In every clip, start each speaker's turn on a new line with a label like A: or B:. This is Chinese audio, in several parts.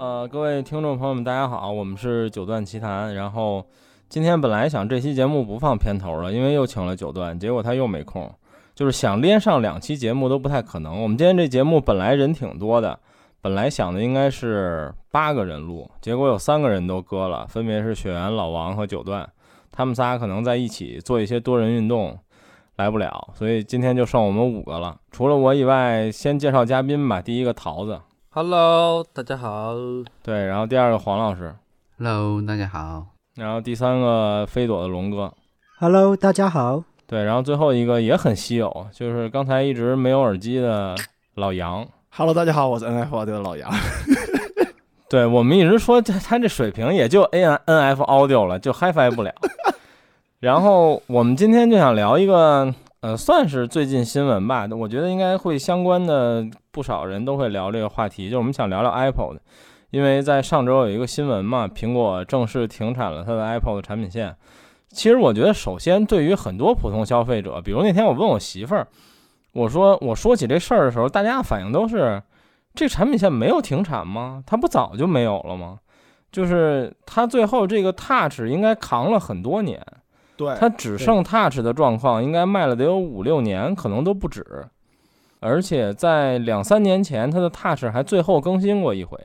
A: 呃，各位听众朋友们，大家好，我们是九段奇谈。然后今天本来想这期节目不放片头了，因为又请了九段，结果他又没空，就是想连上两期节目都不太可能。我们今天这节目本来人挺多的，本来想的应该是八个人录，结果有三个人都割了，分别是雪原、老王和九段，他们仨可能在一起做一些多人运动。来不了，所以今天就剩我们五个了。除了我以外，先介绍嘉宾吧。第一个桃子，
B: Hello，大家好。
A: 对，然后第二个黄老师，
C: Hello，大家好。
A: 然后第三个飞朵的龙哥，
D: Hello，大家好。
A: 对，然后最后一个也很稀有，就是刚才一直没有耳机的老杨。
E: Hello，大家好，我是 NFO 的老杨。
A: 对我们一直说这他这水平也就 A N N F Audio 了，就 HiFi 不了。 然后我们今天就想聊一个，呃，算是最近新闻吧，我觉得应该会相关的不少人都会聊这个话题，就是我们想聊聊 Apple 的，因为在上周有一个新闻嘛，苹果正式停产了它的 Apple 的产品线。其实我觉得，首先对于很多普通消费者，比如那天我问我媳妇儿，我说我说起这事儿的时候，大家反应都是。这产品线没有停产吗？它不早就没有了吗？就是它最后这个 Touch 应该扛了很多年，
E: 对
A: 它只剩 Touch 的状况应该卖了得有五六年，可能都不止。而且在两三年前，它的 Touch 还最后更新过一回，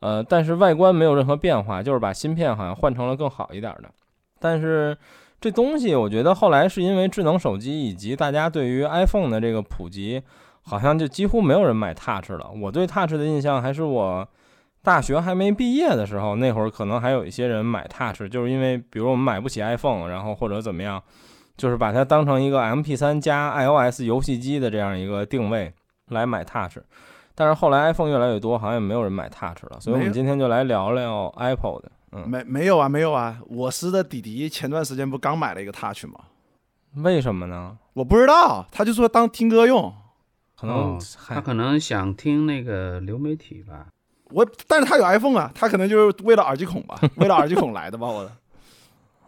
A: 呃，但是外观没有任何变化，就是把芯片好像换成了更好一点的。但是这东西，我觉得后来是因为智能手机以及大家对于 iPhone 的这个普及，好像就几乎没有人买 Touch 了。我对 Touch 的印象还是我大学还没毕业的时候，那会儿可能还有一些人买 Touch，就是因为比如我们买不起 iPhone，然后或者怎么样，就是把它当成一个 MP3 加 iOS 游戏机的这样一个定位来买 Touch。但是后来 iPhone 越来越多，好像也没有人买 Touch 了，所以我
E: 没
A: 们
E: 有
A: 今天就来聊聊 Apple 的。嗯，
E: 没没有啊，没有啊，我师的弟弟前段时间不刚买了一个 Touch 吗？
A: 为什么呢？
E: 我不知道，他就说当听歌用。
A: 可能
C: 哦
A: 还
C: 他可能想听那个流媒体吧？
E: 我，但是他有 iPhone 啊，他可能就是为了耳机孔 吧，为了耳机孔来的吧。我，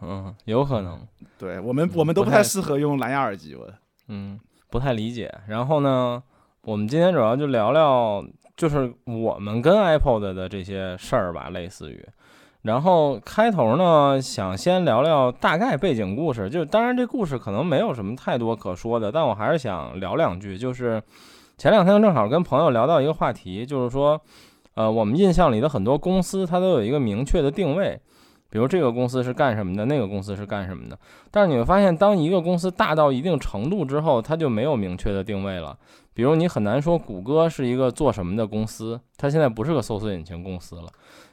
A: 嗯，有可能，
E: 对我
C: 嗯
E: 们我们都
A: 不
E: 不
A: 太
E: 太适合用蓝牙耳机。我，
A: 嗯，不太理解。然后呢，我们今天主要就聊聊，就是我们跟 iPod 的这些事儿吧，类似于。然后开头呢，想先聊聊大概背景故事，就是当然这故事可能没有什么太多可说的，但我还是想聊两句。就是前两天正好跟朋友聊到一个话题，就是说，呃，我们印象里的很多公司它都有一个明确的定位，比如这个公司是干什么的，那个公司是干什么的。但是你会发现，当一个公司大到一定程度之后，它就没有明确的定位了。比如，你很难说谷歌是一个做什么的公司，它现在不是个搜索引擎公司了。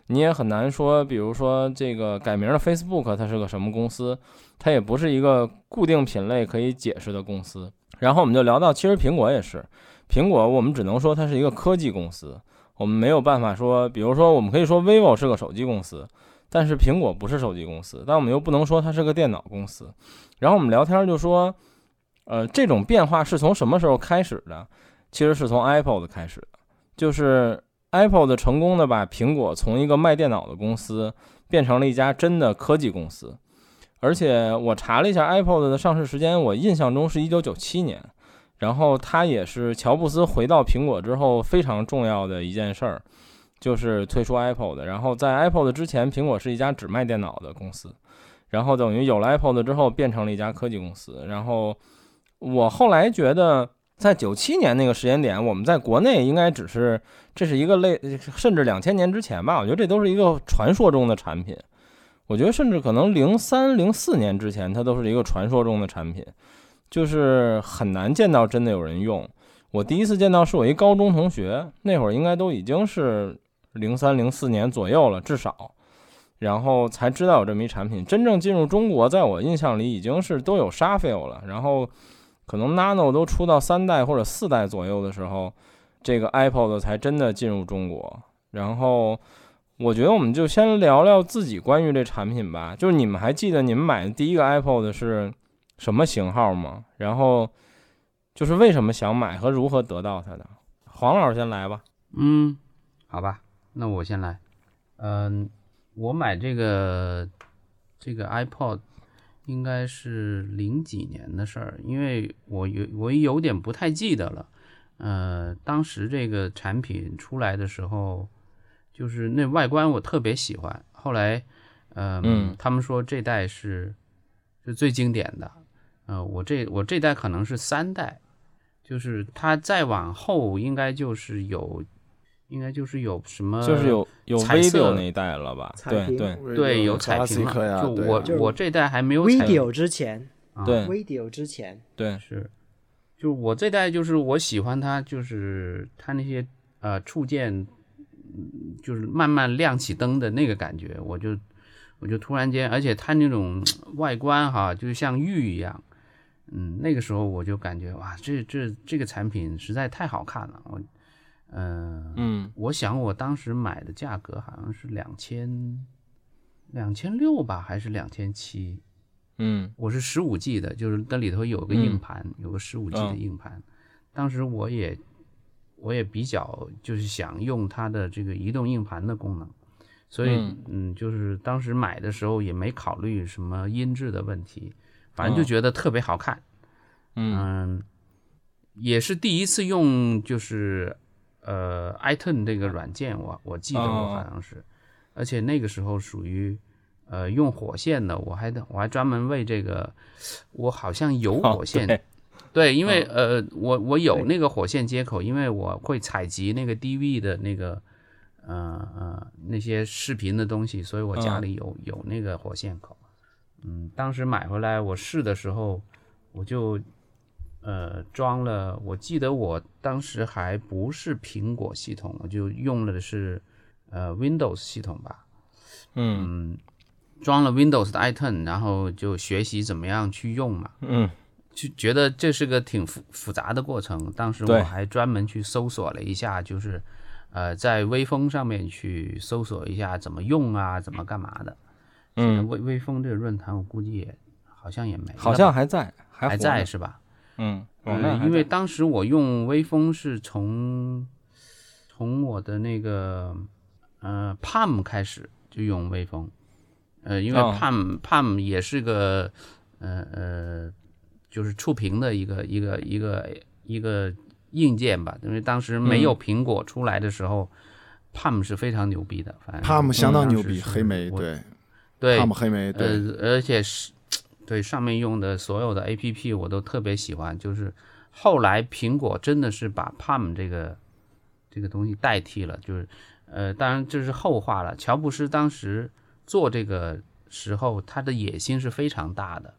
A: 你也很难说，比如说这个改名的 Facebook，它是个什么公司？它也不是一个固定品类可以解释的公司。然后我们就聊到，其实苹果也是，苹果我们只能说它是一个科技公司，我们没有办法说，比如说我们可以说 vivo 是个手机公司，但是苹果不是手机公司，但我们又不能说它是个电脑公司。然后我们聊天就说，呃，这种变化是从什么时候开始的？其实是从 Apple 的开始的，就是 Apple 的成功的把苹果从一个卖电脑的公司变成了一家真的科技公司。而且我查了一下 Apple 的上市时间，我印象中是一九九七年。然后它也是乔布斯回到苹果之后非常重要的一件事儿，就是推出 Apple 的。然后在 Apple 的之前，苹果是一家只卖电脑的公司。然后等于有了 Apple 的之后，变成了一家科技公司。然后我后来觉得，在九七年那个时间点，我们在国内应该只是这是一个类，甚至两千年之前吧，我觉得这都是一个传说中的产品。我觉得甚至可能零三零四年之前，它都是一个传说中的产品，就是很难见到真的有人用。我第一次见到是我一高中同学，那会儿应该都已经是零三零四年左右了，至少。然后才知道有这么一产品。真正进入中国，在我印象里已经是都有 Shuffle 了，然后可能 Nano 都出到三代或者四代左右的时候，这个 Apple 的才真的进入中国。然后我觉得我们就先聊聊自己关于这产品吧，就是你们还记得你们买的第一个 Apple 的是什么型号吗？然后就是为什么想买和如何得到它的？黄老师先来吧。
C: 嗯，好吧，那我先来。嗯，我买这个这个 iPod 应该是零几年的事儿，因为我有我有点不太记得了。呃，当时这个产品出来的时候，就是那外观我特别喜欢。后来，
A: 嗯
C: 嗯，他们说这代是是最经典的，呃，我这我这代可能是三代，就是它再往后应该就是有，应该就是有什么，
A: 就是有有
C: 呃彩色
A: video 那一代了吧？
D: 彩
A: 对
D: 屏
A: 对
C: 对有彩屏了，
E: 呀，
C: 就
E: 对啊
C: 我
D: 就是
C: 我这代还没有彩屏，
D: video 之前
C: 啊
A: 对
D: ，video 之前，
A: 对，
C: 是，就是我这代就是我喜欢它，就是它那些呃触键，嗯就是慢慢亮起灯的那个感觉，我就我就突然间，而且它那种嗯外观哈，就像玉一样，嗯，那个时候我就感觉哇，这这这个产品实在太好看了，我，嗯、
A: 嗯
C: 我想我当时买的价格好像是两千两千六吧，还是两千七，
A: 嗯
C: 我是十五 G 的，就是那里头有个
A: 嗯
C: 硬盘，有个十五 G 的
A: 嗯
C: 硬盘。当时我也我也比较就是想用它的这个移动硬盘的功能，所以
A: 嗯
C: 嗯就是当时买的时候也没考虑什么音质的问题，反正就
A: 嗯
C: 觉得特别好看。
A: 嗯
C: 嗯，也是第一次用就是呃 iTunes 这个软件，我我记得我
A: 哦
C: 好像是，而且那个时候属于呃用火线的，我还得我还专门为这个，我好像有
A: 哦
C: 火线，
A: 对
C: 对，因为、呃我我有那个火线接口，因为我会采集那个 DV 的那个。呃呃，那些视频的东西，所以我家
A: 嗯
C: 里有、有那个火线口。嗯，当时买回来我试的时候，我就呃装了，我记得我当时还不是苹果系统，我就用了的是呃 Windows 系统吧，
A: 嗯
C: 嗯，装了 Windows 的 iTunes，然后就学习怎么样去用嘛，
A: 嗯
C: 就觉得这是个挺复复杂的过程。当时
A: 对
C: 我还专门去搜索了一下，就是呃在微风上面去搜索一下怎么用啊，怎么干嘛的。现在
A: 嗯，
C: 微微风这个论坛我估计也好像也没了吧，
A: 好像还在，还活
C: 还在
A: 着
C: 是吧？
A: 嗯，
C: 呃
A: 网站还
C: 因为
A: 在
C: 当时我用微风是从从我的那个呃 Palm 开始就用微风，呃，因为
A: 哦
C: Palm、Palm 也是个呃呃，就是触屏的一个一个一个一个硬件吧，因为当时没有苹果出来的时候、p a l m 是非常牛逼的，反正
E: 帕姆相当
C: 当
E: 牛
A: 嗯
E: 逼，
C: 时是
E: 黑莓
C: 我
E: 对，
C: 对
E: 帕姆黑莓对，
C: 呃，而且是对上面用的所有的 A P P 我都特别喜欢，就是后来苹果真的是把 Palm 这个这个东西代替了，就是呃，当然这是后话了。乔布斯当时做这个时候，他的野心是非常大的，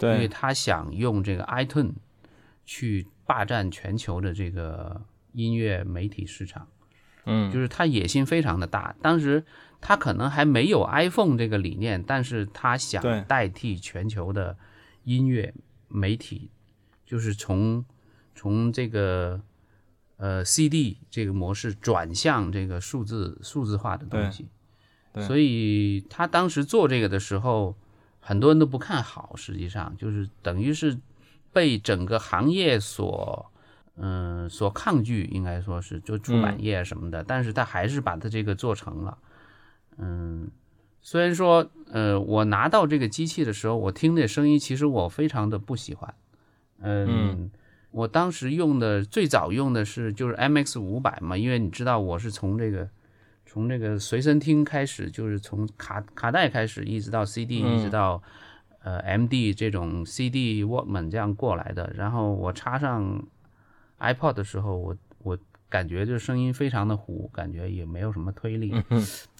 C: 因为
A: 对
C: 他想用这个 iTunes 去霸占全球的这个音乐媒体市场。
A: 嗯
C: 就是他野心非常的大。当时他可能还没有 iPhone 这个理念，但是他想
A: 对
C: 代替全球的音乐媒体，就是从从这个呃 CD 这个模式转向这个数字数字化的东西
A: 对。对
C: 所以他当时做这个的时候，很多人都不看好，实际上就是等于是被整个行业所嗯、所抗拒，应该说是就出版业什么的，但是他还是把它这个做成了。嗯，虽然说呃，我拿到这个机器的时候，我听这声音，其实我非常的不喜欢。嗯，
A: 嗯
C: 我当时用的最早用的是就是 MX 五百嘛，因为你知道我是从这个。从这个随身听开始，就是从卡卡带开始，一直到 CD，、
A: 嗯
C: 一直到呃 MD 这种 CD Walkman 这样过来的。然后我插上 iPod 的时候，我我感觉这声音非常的糊，感觉也没有什么推力，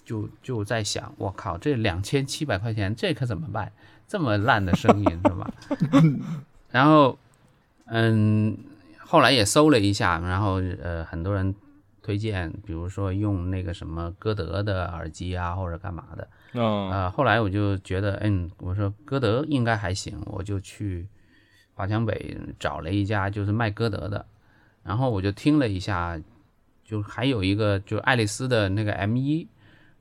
C: 就就在想，我靠，这两千七百块钱，这可怎么办？这么烂的声音是吧？ 然后，嗯，后来也搜了一下，然后呃，很多人推荐，比如说用那个什么歌德的耳机啊，或者干嘛的。
A: 嗯
C: 呃，后来我就觉得，嗯，我说歌德应该还行，我就去华强北找了一家就是卖歌德的，然后我就听了一下，就还有一个就是爱丽丝的那个 M 1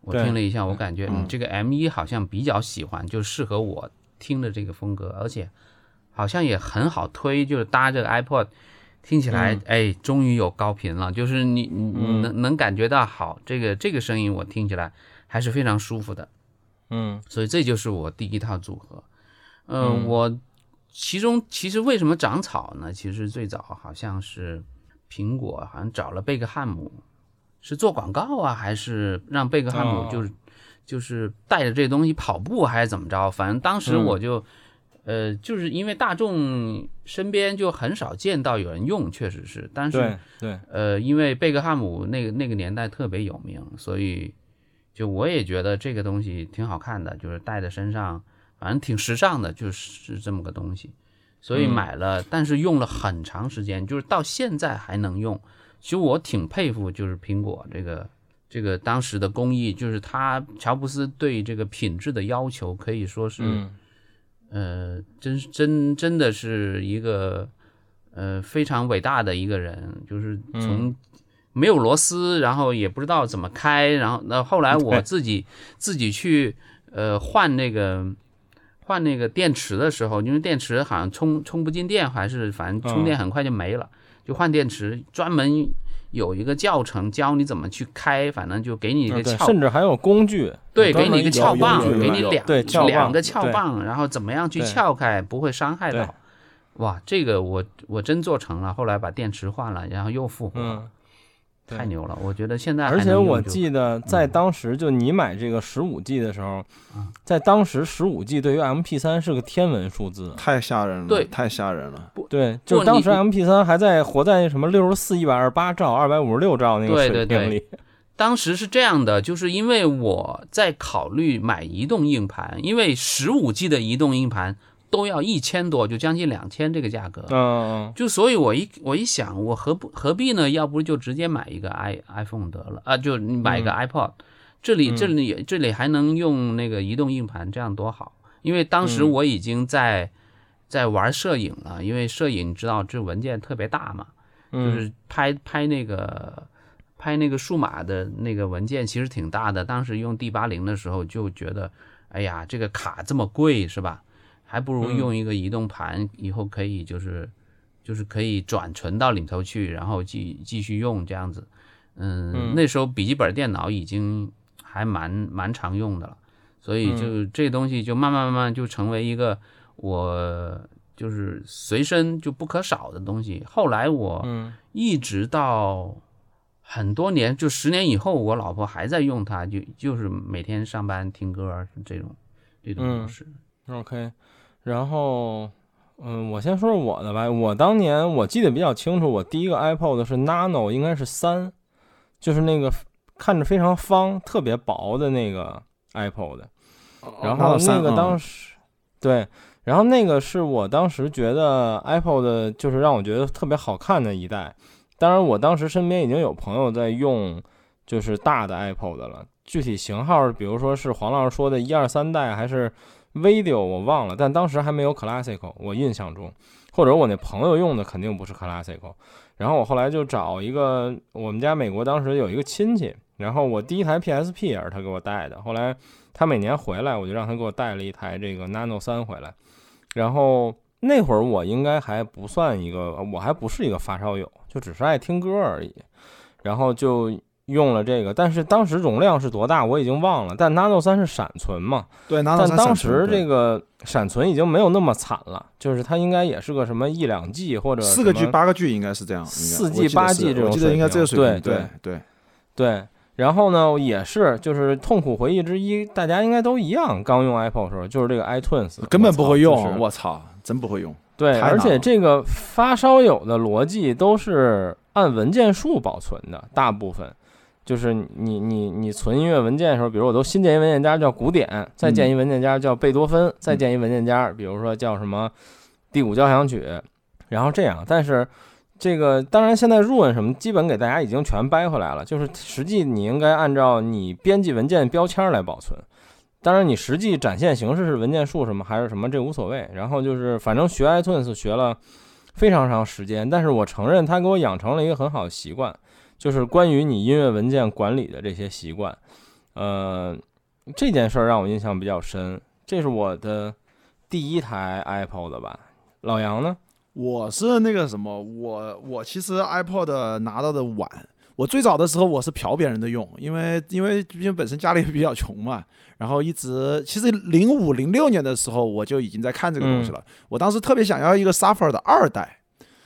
C: 我
A: 对
C: 听了一下，我感觉
E: 嗯
C: 嗯这个 M 1好像比较喜欢，就适合我听的这个风格，而且好像也很好推，就是搭这个 iPod。听起来，哎，终于有高频了，就是你你你能能感觉到好，这个这个声音我听起来还是非常舒服的。
A: 嗯
C: 所以这就是我第一套组合。呃、
A: 嗯
C: 我其中其实为什么长草呢？其实最早好像是苹果好像找了贝克汉姆是做广告啊，还是让贝克汉
A: 哦
C: 姆就是、就是带着这东西跑步，啊还是怎么着？反正当时
A: 嗯
C: 我就、呃，就是因为大众身边就很少见到有人用，确实是，但是
A: 对对，
C: 呃，因为贝克汉姆那个那个年代特别有名，所以就我也觉得这个东西挺好看的，就是戴在身上，反正挺时尚的，就是这么个东西。所以
A: 嗯
C: 买了，但是用了很长时间，就是到现在还能用。其实我挺佩服，就是苹果这个这个当时的工艺，就是他乔布斯对这个品质的要求可以说是、
A: 嗯
C: 呃，真是真真的是一个呃非常伟大的一个人，就是
A: 嗯
C: 从没有螺丝，然后也不知道怎么开，然后那后来我
A: 对
C: 自己自己去呃换那个换那个电池的时候，因为电池好像充充不进电，还是反正充电很快就没了，就换电池，专门有一个教程教你怎么去开，反正就给你一
A: 啊
C: 个
A: 对，
C: 撬
A: 甚至还有工具，
C: 对，
A: 专
C: 给你
A: 门
C: 一个
A: 有
C: 撬
A: 工
C: 棒，
A: 具
C: 给
A: 的
C: 你两
A: 对撬
C: 两
A: 棒
C: 个撬
A: 对
C: 棒，然后怎么样去
A: 对
C: 撬开，不会伤害
A: 对
C: 到。哇，这个我我真做成了，后来把电池换了，然后又复活了，
A: 嗯，对
C: 太牛了！我觉得现在还
A: 而且
C: 能用
A: 我
C: 就
A: 记得在当时，就你买这个十五 G 的时候
C: 嗯，
A: 在当时十五 G 对于 MP 三是个天文数字。
E: 太吓人了，
C: 对
E: 太吓人了。
A: 对，就
C: 不
A: 当时
C: 你
A: MP 三还在活在什么六十四、一百二十八兆、二百五十六兆那个
C: 对
A: 水
C: 对对
A: 平里。
C: 当时是这样的，就是因为我在考虑买移动硬盘，因为十五 G 的移动硬盘都要一千多，就将近两千这个价格。
A: 嗯，嗯
C: 就所以，我一我一想，我何不何必呢？要不就直接买一个 i iPhone 得了啊，就你买一个
A: 嗯
C: iPod，、这里这里这里还能用那个移动硬盘，这样多好。因为当时
A: 嗯
C: 我已经在、在玩摄影了，因为摄影知道这文件特别大嘛，就
A: 嗯，
C: 是拍拍那个拍那个数码的那个文件其实挺大的。当时用 D 八零的时候就觉得，哎呀，这个卡这么贵是吧？还不如
A: 嗯
C: 用一个移动盘，以后可以就是就是可以转存到里头去，然后继继续用这样子。嗯，
A: 嗯
C: 那时候笔记本电脑已经还蛮蛮常用的了，所以
A: 嗯
C: 就这东西就慢慢慢慢就成为一个我就是随身就不可少的东西。后来我
A: 嗯
C: 一直到很多年，就十年以后，我老婆还在用它，就就是每天上班听歌这种这
A: 嗯
C: 种模式。
A: OK，然后，嗯，我先说说我的吧。我当年我记得比较清楚，我第一个 iPod 是 Nano，应该是三，就是那个看着非常方、特别薄的那个 iPod。然后那个当
E: 时
A: 时，对，然后那个是我当时觉得 Apple 的，就是让我觉得特别好看的一代。当然，我当时身边已经有朋友在用，就是大的 Apple 的了。具体型号，比如说是黄老师说的一二三代，还是 Video 我忘了，但当时还没有 Classical，我印象中，或者我那朋友用的肯定不是 Classical。然后我后来就找一个我们家美国当时有一个亲戚，然后我第一台 PSP 也是他给我带的，后来他每年回来，我就让他给我带了一台这个 Nano 三回来。然后那会儿我应该还不算一个，我还不是一个发烧友，就只是爱听歌而已。然后就用了这个，但是当时容量是多大我已经忘了，但 Nano 三是闪存嘛，
E: 对，拿到
A: 但
E: 三
A: 当
E: 闪存
A: 时这
E: 对
A: 个闪存已经没有那么惨了，就是它应该也是个什么一两 G 或者
E: 四个
A: 什
E: G
A: 么
E: 八个 G 应该是这样，应该
A: 四 G
E: 我记得
A: 八
E: 是
A: G 这种
E: 我记得应该这个水
A: 水
E: 平
A: 平，
E: 对对，
A: 对，然后呢，也是就是痛苦回忆之一，大家应该都一样，刚用 Apple 的时候就是这个 iTunes，
E: 根本
A: 我操
E: 不会
A: 就是
E: 用，我操，真不会用。
A: 对，
E: 太难
A: 而且
E: 了
A: 这个发烧友的逻辑都是按文件数保存的，大部分就是你你你存音乐文件的时候，比如我都新建一文件夹叫古典，再建一文件夹叫贝多芬，再建一文件夹，比如说叫什么第五交响曲，然后这样，但是。这个当然，现在 Run 什么基本给大家已经全掰回来了，就是实际你应该按照你编辑文件标签来保存，当然，你实际展现形式是文件数什么还是什么，这无所谓。然后就是，反正学 iTunes 学了非常长时间，但是我承认它给我养成了一个很好的习惯，就是关于你音乐文件管理的这些习惯。呃，这件事儿让我印象比较深，这是我的第一台 iPod 的吧？老杨呢？
E: 我是那个什么，我我其实 iPod 拿到的晚。我最早的时候我是嫖别人的用，因为因为毕竟本身家里比较穷嘛，然后一直其实零五
A: 嗯
E: 零六年的时候我就已经在看这个东西了。我当时特别想要一个 Suffer 的二代，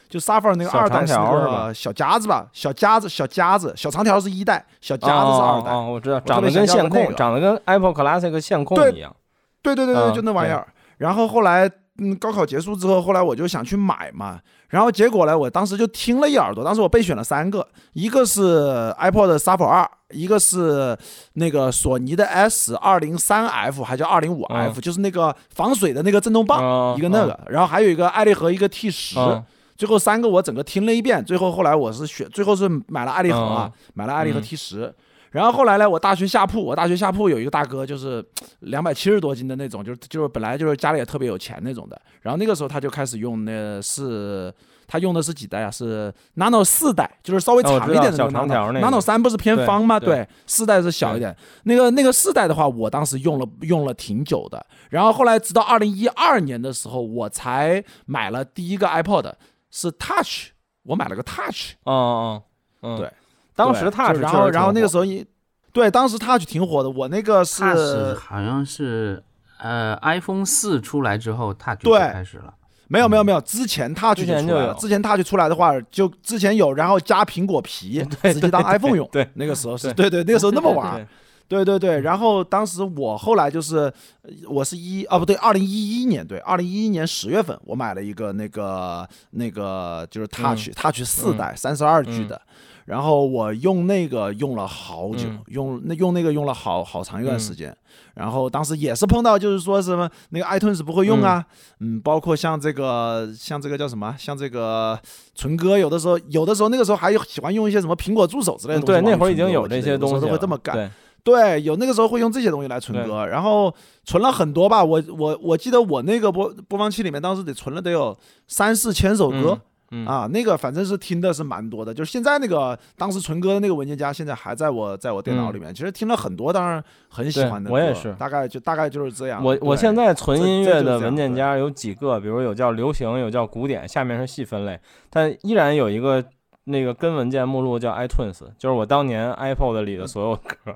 E: 就 Safari 那个
A: 小
E: 二
A: 长
E: 代
A: 条
E: 那
A: 是
E: 个
A: 吧
E: 小夹子吧，小夹子小夹子，小长条是一代，小夹子是二代。
A: 哦，哦我知道，
E: 特别
A: 长得跟
E: 想要
A: 线
E: 的那
A: 控，
E: 个
A: 长得跟 Apple Classic 线控
E: 对
A: 一样。
E: 对对对对，
A: 嗯
E: 就那玩意儿。然后后来，嗯，高考结束之后，后来我就想去买嘛。然后结果呢，我当时就听了一耳朵，当时我备选了三个，一个是 iPod Shuffle 二，一个是那个索尼的 S 二零三 F，还叫二零五
A: 嗯
E: F，、就是那个防水的那个震动棒，
A: 棒
E: 一个那个，然后还有一个爱立合一个 T 十、
A: 嗯
E: 最后三个我整个听了一遍，最后后来我是选，最后是买了爱立合啊，买了爱立合
A: 嗯
E: T 十、然后后来呢，我大学下铺，我大学下铺有一个大哥，就是两百七十多斤的那种，就是就是本来就是家里也特别有钱那种的。然后那个时候他就开始用那是他用的是几代啊？是 Nano 四代，就是稍微
A: 哦我
E: 长
A: 知
E: 一
A: 道
E: 点的那
A: 小
E: 个
A: 长条那
E: Nano
A: 个
E: Nano 三不是偏
A: 对
E: 方吗？
A: 对
E: 对，四代是小一点。那个那个四代的话，我当时用了用了挺久的。然后后来直到二零一二年的时候，我才买了第一个 iPod，是 Touch，我买了个 Touch。
A: 哦哦，嗯，
E: 对，
A: 当时
E: 对
A: Touch，
E: 就然后然后那个时
A: 候
E: 候你对当时 Touch 挺火的，我那个是
C: Touch 好像是呃 iPhone 四出来之后，Touch 就
E: 对
C: 开始了。
E: 没有没有没有，之前 Touch
A: 嗯之
E: 就
A: 前
E: 出来
A: 就有
E: 了，之前 Touch 出来的话，就之前有，然后加苹 果皮直接当 iPhone 用，
A: 对，
E: 那个时候是
A: 对
E: 对对，那个时候那么玩儿
A: 对，
E: 对对对，然后当时我后来就是，呃我是一啊不对，二零一一年对，二零一一年十月份我买了一个那个那个就是
A: 嗯
E: Touch、Touch 四代三十二 G 的，然后我用那个用了好久，
A: 嗯
E: 用那用那个用了好好长一段时间，然后当时也是碰到就是说什么那个 iTunes 不会用啊，嗯，包括像这个像这个叫什么，啊像这个存歌，有的时候有的时候那个时候还有喜欢用一些什么苹果助手之类的
A: 嗯
E: 东
A: 对，
E: 西往里存歌，
A: 那会儿已经有
E: 我记
A: 这
E: 得
A: 些
E: 的时
A: 东
E: 候
A: 西
E: 都
A: 了，
E: 会这么干。
A: 对，
E: 对，有那个时候会用这些东西来存歌，然后存了很多吧。我我我记得我那个播播放器里面当时得存了得有三四千首歌、
A: 嗯嗯
E: 啊，那个反正是听的是蛮多的。就是现在那个当时存歌的那个文件夹，现在还在我在我电脑里面，其实听了很多，当然很喜欢的
A: 嗯
E: 歌。
A: 对我也是
E: 大概就大概就是这样。
A: 我我
E: 啊对
A: 现在存
E: 这
A: 音
E: 这
A: 乐
E: 就
A: 的
E: 这
A: 文
E: 样
A: 件
E: 对
A: 夹有几个，比如有叫流行，有叫古典，下面是细分类，但依然有一个那个根文件目录叫 iTunes，就是我当年 iPod 里的
E: 嗯
A: 所有歌。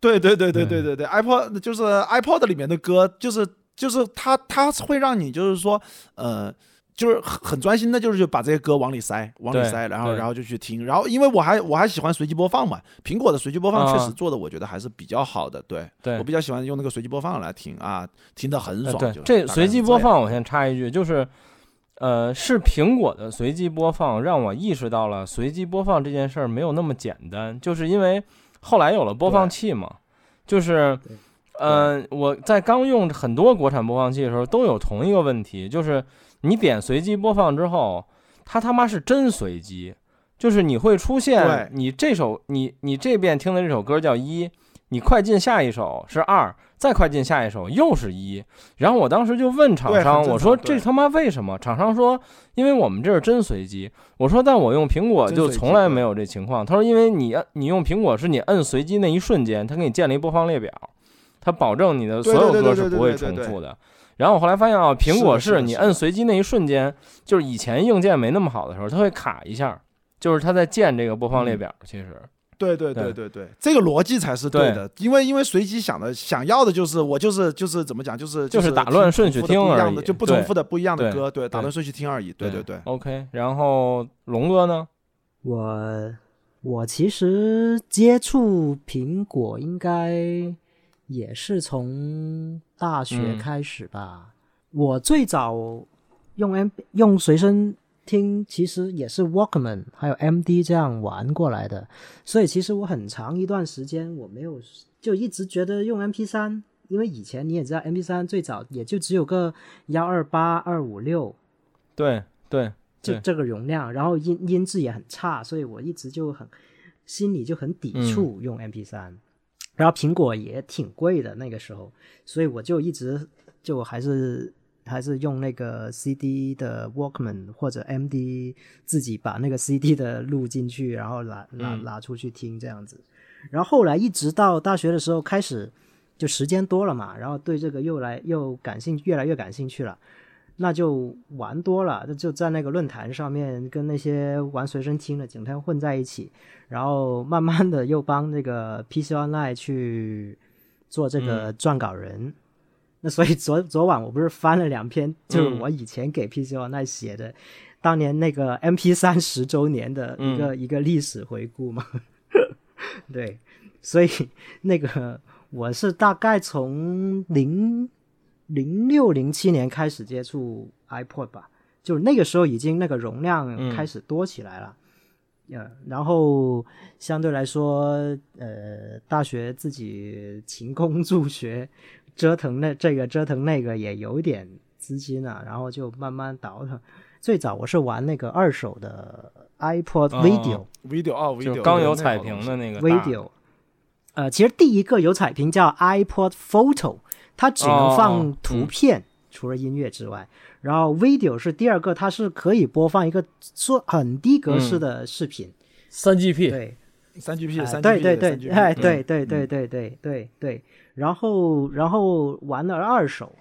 E: 对对对
A: 嗯
E: 对对对对，iPod 就是 iPod 里面的歌，就是就是它它会让你就是说呃。就是很很专心的，就是就把这些歌往里塞，往里
A: 对
E: 塞，然后
A: 对
E: 然后就去听，然后因为我还我还喜欢随机播放嘛，苹果的随机播放
A: 啊
E: 确实做的，我觉得还是比较好的，对
A: 对
E: 我，比较喜欢用那个随机播放来听啊，听得很
A: 呃
E: 爽。
A: 对
E: 就，
A: 这
E: 大概
A: 随
E: 是
A: 机
E: 这
A: 播
E: 样
A: 放，我先插一句，就是，呃，是苹果的随机播放让我意识到了随机播放这件事儿没有那么简单，就是因为后来有了播放
E: 对
A: 器嘛，就是，呃，我在刚用很多国产播放器的时候都有同一个问题，就是你点随机播放之后，它他妈是真随机，就是你会出现
E: 对
A: 你这首你你这遍听的这首歌叫一，你快进下一首是二，再快进下一首又是一。然后我当时就问厂
E: 对很
A: 商，
E: 正
A: 我说
E: 常对
A: 这他妈为什么？厂商说，因为我们这是真随机。我说，但我用苹果
E: 真
A: 就
E: 随机
A: 从来
E: 对
A: 没有这情况。他说，因为你按你用苹果是你摁随机那一瞬间，他给你建了一播放列表，他保证你的所
E: 对
A: 有
E: 对对
A: 歌
E: 对
A: 是
E: 对
A: 不会
E: 对对
A: 重
E: 对
A: 复的。然后我后来发现啊，苹
E: 是
A: 果
E: 的是的
A: 你
E: 是
A: 摁
E: 的
A: 随机那一瞬间，就是以前硬件没那么好的时候，它会卡一下，就是它在建这个播放列
E: 嗯
A: 表。其实，
E: 对对对
A: 对
E: 对对，这个逻辑才是对的，因为因为随机想的想要的就是我就是就是怎么讲就是
A: 就是
E: 是
A: 打乱顺序
E: 重复
A: 听
E: 的不一
A: 而
E: 样的
A: 已
E: 就不
A: 对
E: 重复的不一样的
A: 对
E: 歌，对，打乱顺序听而已，对对对。
A: OK，然后龙哥呢？
D: 我我其实接触苹果应该也是从大学
A: 嗯
D: 开始吧。我最早用 M 用随身听，其实也是 Walkman 还有 MD 这样玩过来的，所以其实我很长一段时间我没有就一直觉得用 MP 三，因为以前你也知道 MP 三最早也就只有个幺二八二五六。
A: 对对，
D: 就
A: 对
D: 这个容量，然后音音质也很差，所以我一直就很心里就很抵
A: 嗯
D: 触用 MP 三、然后苹果也挺贵的那个时候，所以我就一直就还是还是用那个 CD 的 Walkman 或者 MD 自己把那个 CD 的录进去，然后拿拿
A: 嗯
D: 拿出去听这样子。然后后来一直到大学的时候开始，就时间多了嘛，然后对这个又来又感兴越来越感兴趣了。那就玩多了，就就在那个论坛上面跟那些玩随身听的整天混在一起，然后慢慢的又帮那个 PC Online 去做这个撰稿人。那所以昨昨晚我不是翻了两篇，就是
A: 嗯
D: 我以前给 PC Online 写的当年那个 MP 三十周年的一个、一个历史回顾嘛。 对，所以那个我是大概从零零六零七年开始接触 iPod 吧，就是那个时候已经那个容量开始多起来了。呃，然后相对来说，呃，大学自己勤工助学，折腾那这个折腾那个也有一点资金啊，然后就慢慢倒腾。最早我是玩那个二手的 iPod
A: 哦
D: Video，、
E: video 啊
A: 就
E: video
A: 刚
E: 对
A: 有
E: 那
A: 彩
E: 好东
A: 屏
E: 西
A: 的那个大
D: Video，呃，其实第一个有彩屏叫 iPod Photo，它只能
A: 哦
D: 放
A: 嗯
D: 图片，除了音乐之外。然后 Video 是第二个，它是可以播放一个说很低格式
A: 嗯
D: 的视频，
B: 三 GP，
D: 对，
E: 三 GP
D: 哎
E: 三 GP
D: 对对
E: 的
D: 对，哎，对
E: 3GP 的
D: 对对对对对对。然后然后玩了二手，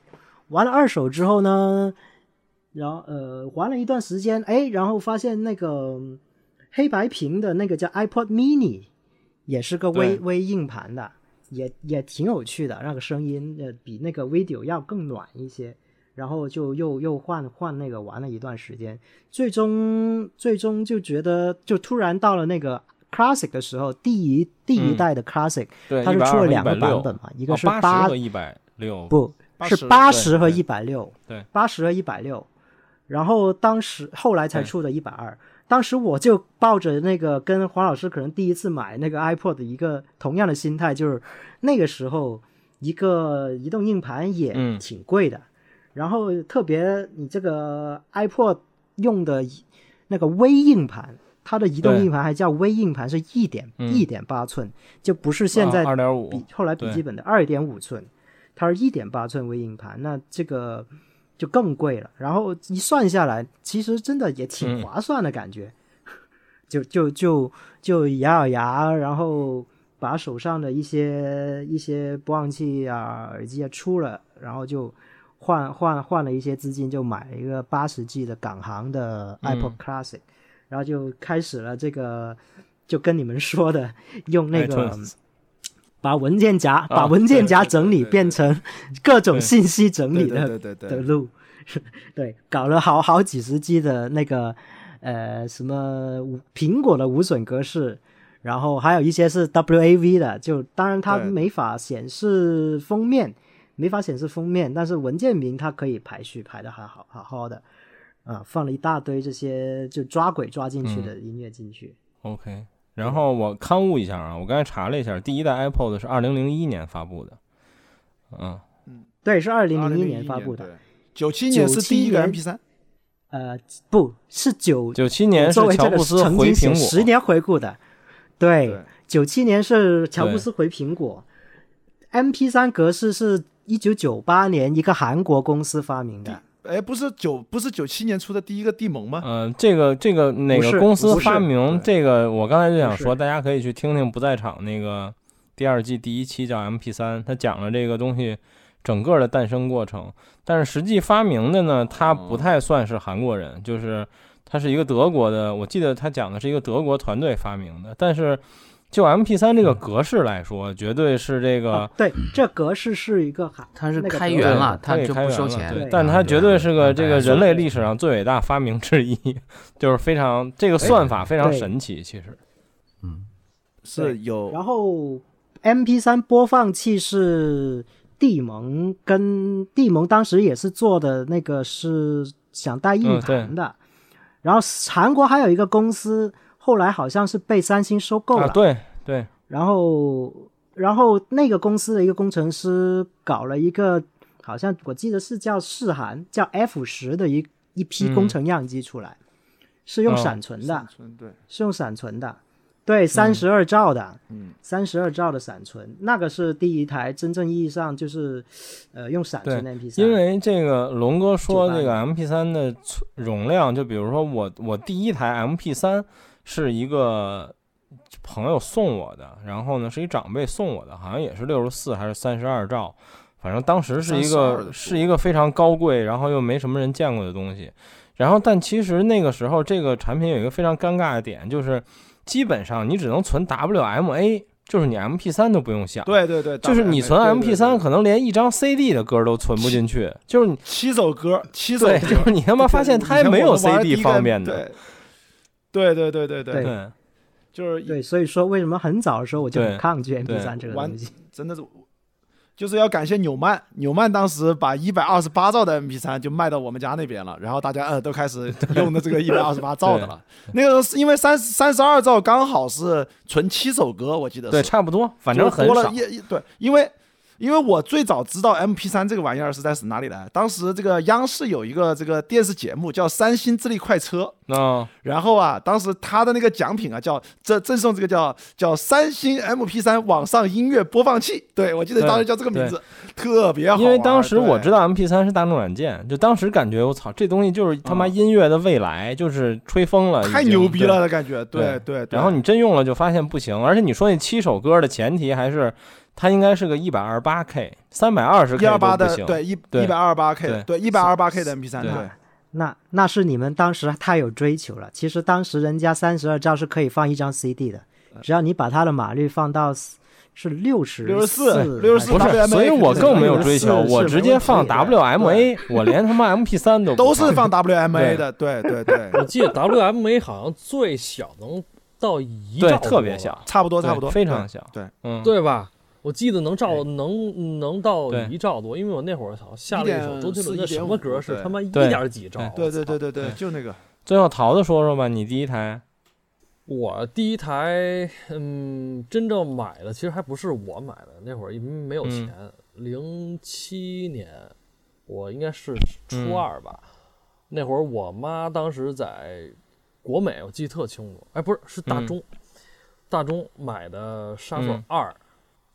D: 玩了二手之后呢，然后呃玩了一段时间，哎，然后发现那个嗯黑白屏的那个叫 iPod Mini，也是个微
A: 对
D: 微硬盘的，也也挺有趣的，那个声音呃比那个 Video 要更暖一些。然后就又又换换那个玩了一段时间，最终最终就觉得，就突然到了那个 Classic 的时候，第一第一
A: 嗯
D: 代的 Classic，、
A: 对，
D: 它是
A: 120
D: 出
A: 和
D: 了两个
A: 160
D: 版本嘛，一个是
A: 哦
D: 八、
A: 80和一百六，
D: 不是
E: 80
D: 八十和
A: 对
D: 一百六，
A: 对，
D: 八十和一百六，然后当时后来才
A: 对
D: 出的一百二。当时我就抱着那个跟黄老师可能第一次买那个 iPod 的一个同样的心态，就是那个时候一个移动硬盘也
A: 嗯
D: 挺贵的，然后特别你这个 iPod 用的那个微硬盘，它的移动
A: 对
D: 硬盘还叫微硬盘，是一点
A: 嗯啊
D: 一点八寸，就不是现在
A: 二点五
D: 笔后来笔
A: 对
D: 记本的二点五寸，它是一点八寸微硬盘，那这个就更贵了。然后一算下来，其实真的也挺
A: 嗯
D: 划算的感觉， 就就就就咬咬牙，然后把手上的一些一些播放器啊、耳机啊出了，然后就换换换了一些资金，就买了一个八十 G 的港行的 iPod
A: 嗯
D: Classic，、然后就开始了这个。就跟你们说的，用那个
A: iTunes
D: 把文件夹、把
A: 啊
D: 文件夹整
E: 对
D: 理
E: 对对
D: 变成各种
A: 对
D: 信息整理的
E: 对对对
D: 的
E: 对，
D: 路， 对，搞了好好几十 G 的那个呃什么无苹果的无损格式，然后还有一些是 WAV 的，就当然它
E: 对
D: 没法显示封面，没法显示封面，但是文件名它可以排序排的还好好好的，啊、放了一大堆这些就抓鬼抓进去的
E: 嗯
D: 音乐进去，
A: OK。然后我刊物一下啊，我刚才查了一下，第一代 iPod 是二零零一年发布的，嗯，
D: 对，是二零
E: 2001
D: 零一年发布的，，
E: 九七年是第一个
D: 97
E: MP 三，
D: 呃，不是九
A: 九七年
D: 作
A: 是
D: 为
A: 乔
D: 这个
A: 布斯
D: 曾
A: 回
D: 经
A: 苹
D: 写十
A: 果，
D: 年回顾的，对
E: 对，
D: 九七年是乔布
A: 对
D: 斯回苹果，MP 三格式是一九九八年一个韩国公司发明的，
E: 哎，不是九不是九七年出的第一个地盟吗？
A: 嗯，这个这个哪
D: 不是
A: 个公司
D: 不是
A: 发明
E: 对
A: 这个？我刚才就想
D: 不
A: 说，大家可以去听听不在场那个第二季第一期叫 MP 三，他讲了这个东西整个的诞生过程。但是实际发明的呢，他
D: 哦
A: 不太算是韩国人，就是他是一个德国的，我记得他讲的是一个德国团队发明的。但是就 MP 三这个格式来说，绝对是这个
D: 嗯啊，对，这格式是一个韩，
C: 它是
D: 那个
C: 开
D: 德
C: 源
D: 国
C: 了，
A: 它
C: 就不收
A: 了
C: 钱
A: 对
D: 对，
A: 但是它
C: 啊
A: 绝对是个
C: 跟大
A: 这
C: 家
A: 个
C: 说
A: 人类历史上最伟大发明之一， 就是非常这个算法非常
D: 对
A: 神奇，其实
C: 嗯，
E: 是有
D: 然后 MP 三播放器是帝盟跟帝盟当时也是做的那个是想带硬
A: 嗯
D: 盘的，然后韩国还有一个公司后来好像是被三星收购了，
A: 啊，对对，
D: 然后，然后那个公司的一个工程师搞了一个，好像我记得是叫世涵，叫 F 十的一一批
A: 嗯
D: 工程样机出来，是用
A: 哦
D: 闪存的，
E: 存对，
D: 是用闪存的，对，三十二兆的，
E: 嗯，
D: 三十二兆的闪存，那个是第一台真正意义上就是，呃，用闪存的 MP 三，
A: 因为这个龙哥说
D: 98
A: 这个 MP 三的存容量，就比如说我我第一台 MP 三是一个朋友送我的，然后呢是一长辈送我的，好像也是六十四还是三十二兆，反正当时是一
E: 32
A: 个
E: 的
A: 是一个非常高贵，然后又没什么人见过的东西。然后但其实那个时候这个产品有一个非常尴尬的点，就是基本上你只能存 WMA。就是你 MP 三都不用下，，
E: 对对对，
A: 就是你存 MP 三，
E: 可
A: 可能连一张 CD 的歌都存不进 去，就是你
E: 七首歌，七首歌
A: 对，，就是你他妈发现它还
E: 以前
A: 没
E: 我
A: 有
E: 们玩第
A: CD
E: 一代
A: 方面的，，
E: 对对对对对
D: 对
E: 对，
A: 对，
E: 就是
D: 对，所以说为什么很早的时候我就
A: 对
D: 很抗拒 MP
A: 对
D: 三这个
E: 完
D: 东西？
E: 真的是，就是要感谢纽曼，纽曼当时把一百二十八兆的 MP 3就卖到我们家那边了，然后大家呃都 开始用的这个一百二十八兆的了。那个时候是因为三三十二兆刚好是存七首歌，我记得是
A: 对，差不多，反正
E: 就是
A: 很
E: 多了
A: 少
E: 一，一对，因为因为我最早知道 MP 3这个玩意儿是在哪里来，当时这个央视有一个这个电视节目叫《三星智力快车》，
A: 嗯，
E: 然后啊，当时他的那个奖品啊，叫赠赠送这个叫叫三星 MP 3网上音乐播放器，对我记得
A: 对
E: 当时叫这个名字，特别好啊玩。
A: 因为当时我知
E: 道，
A: 道 MP 3是大众软件，就当时感觉我操，这东西就是他妈音乐的未来，就是吹风了，
E: 嗯太
A: 已经
E: 牛逼
A: 对
E: 了的感觉，对对。对
A: 然后你真用了就发现不行，而且你说那七首歌的前提还是它应该是个一百二十八 K、三百二十
E: 一
A: K
E: 二八
A: 都不
E: 的
A: 行，
E: 对一
A: 对
E: 一百二十八 K 的对一百二十八 K 的 MP 3
A: 对
E: 对
D: 那那是你们当时太有追求了。其实当时人家三十二兆是可以放一张 CD 的，
A: 呃
D: 只要你把它的码率放到是六十
E: 六十四
D: 六
E: 六
D: 十
E: 十
A: 不
E: 四
A: 是，
E: WMA
A: 所以我更没有追求，
D: 是是
A: 我直接放
D: 是没问
A: WMA，我连他妈 MP 3都不
E: 都是放
A: 对
E: WMA 的，对 对对，
B: 我记得 WMA 好像最小能到一兆
A: 对
B: 多，吧
A: 特别小，
E: 差不多
A: 对
E: 差不多，
A: 非常小，
E: 对，
A: 嗯，
B: 对吧？我记得能
D: 对
B: 兆能能到
A: 对
B: 一兆多，因为我那会儿好像下了一首周杰伦的
E: 1.4
B: 什么歌是
E: 对
B: 他妈一
A: 对
B: 点几兆，
E: 对。对
B: 我
E: 对
B: 操，
E: 对对对，就那个
A: 最后桃子说说吧，你第一台，
B: 我第一台嗯真正买的其实还不是我买的，那会儿因为没有钱，
A: 嗯
B: 零七年我应该是
A: 嗯
B: 初二吧，那会儿我妈当时在国美，我记得特清楚，哎，不是是大中，大中买的《杀手
A: 嗯
B: 二》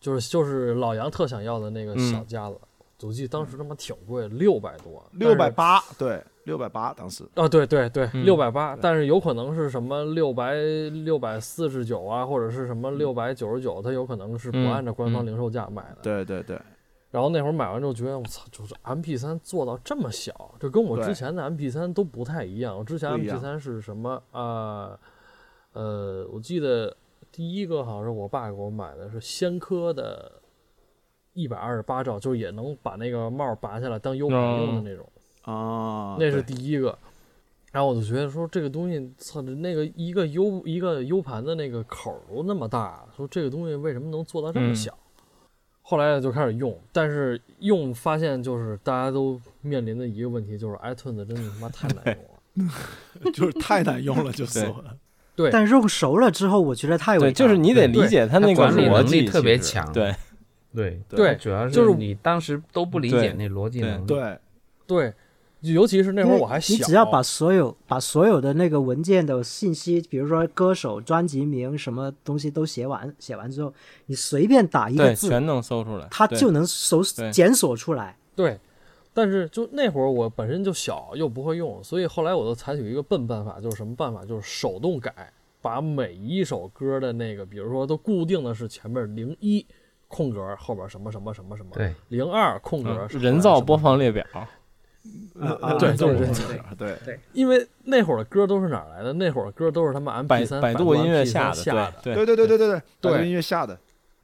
B: 就是就是老杨特想要的那个
A: 嗯
B: 小架子，我记得当时他妈挺贵，六百多，
E: 六百
B: 但是
E: 八，对六百八当时，
B: 啊，对对对，
A: 嗯
B: 六百八，但是有可能是什么六百六百四十九啊，或者是什么
E: 嗯
B: 六百九十九，它有可能是不
A: 嗯
B: 按照官方
A: 嗯
B: 零售价买的。
E: 对对对，
B: 然后那会儿买完之后觉得我操，就是 MP 3做到这么小，这跟我
E: 对
B: 之前的 MP 3都不太一样。我之前
E: 不一
B: MP
E: 样
B: 3是什么啊、呃？呃，我记得第一个好像是我爸给我买的是仙科的，一百二十八兆，就是也能把那个帽拔下来当 U 盘
E: 哦
B: 用的那种。
E: 啊，
B: 那是
E: 对
B: 第一个。然后我就觉得说这个东西，操，这那个一个 U 一个 U 盘的那个口儿都那么大，说这个东西为什么能做到这么
A: 嗯
B: 小？后来就开始用，但是用发现就是大家都面临的一个问题，就是 iTunes 真的他妈太难用了。
E: 就是太难用了，就是
A: 对
E: 我
B: 对
D: 但用熟了之后，我觉得太有
A: 对，就是你得
C: 对
A: 理解它那个
C: 管理
A: 逻
C: 能力
A: 辑
C: 特别
A: 其实
C: 强
A: 对，
C: 对
B: 对
C: 主要
B: 就是
C: 是你当时都不理
A: 对
C: 解那逻辑能力。
E: 对
B: 对，尤其是那会儿我还小，
D: 你只要把所有把所有的那个文件的信息，比如说歌手、专辑名什么东西都写完，写完之后，你随便打一个
A: 对，
D: 字，
A: 全能搜出来，
D: 它
A: 对嗯
D: 就能搜
A: 对
D: 检索出来。
B: 对，但是就那会儿我本身就小又不会用，所以后来我就采取一个笨办法，就是什么办法？就是手动改，把每一首歌的那个，比如说都固定的是前面零一空格后边什么什么什么什么，
C: 对，
B: 零二空格
A: 嗯
B: 什么
A: 人造播放列表，
E: 啊
B: 对
E: 啊
B: 就是
E: 对
B: 人
E: 对
B: 因为那会儿的歌都是哪儿来的？那会儿的歌都是他们 M
A: 百
B: P 三
A: 百度音乐
B: 下
A: 下
B: 的，
A: 对
E: 对对对对对对，
B: 对
E: 百度音乐下的，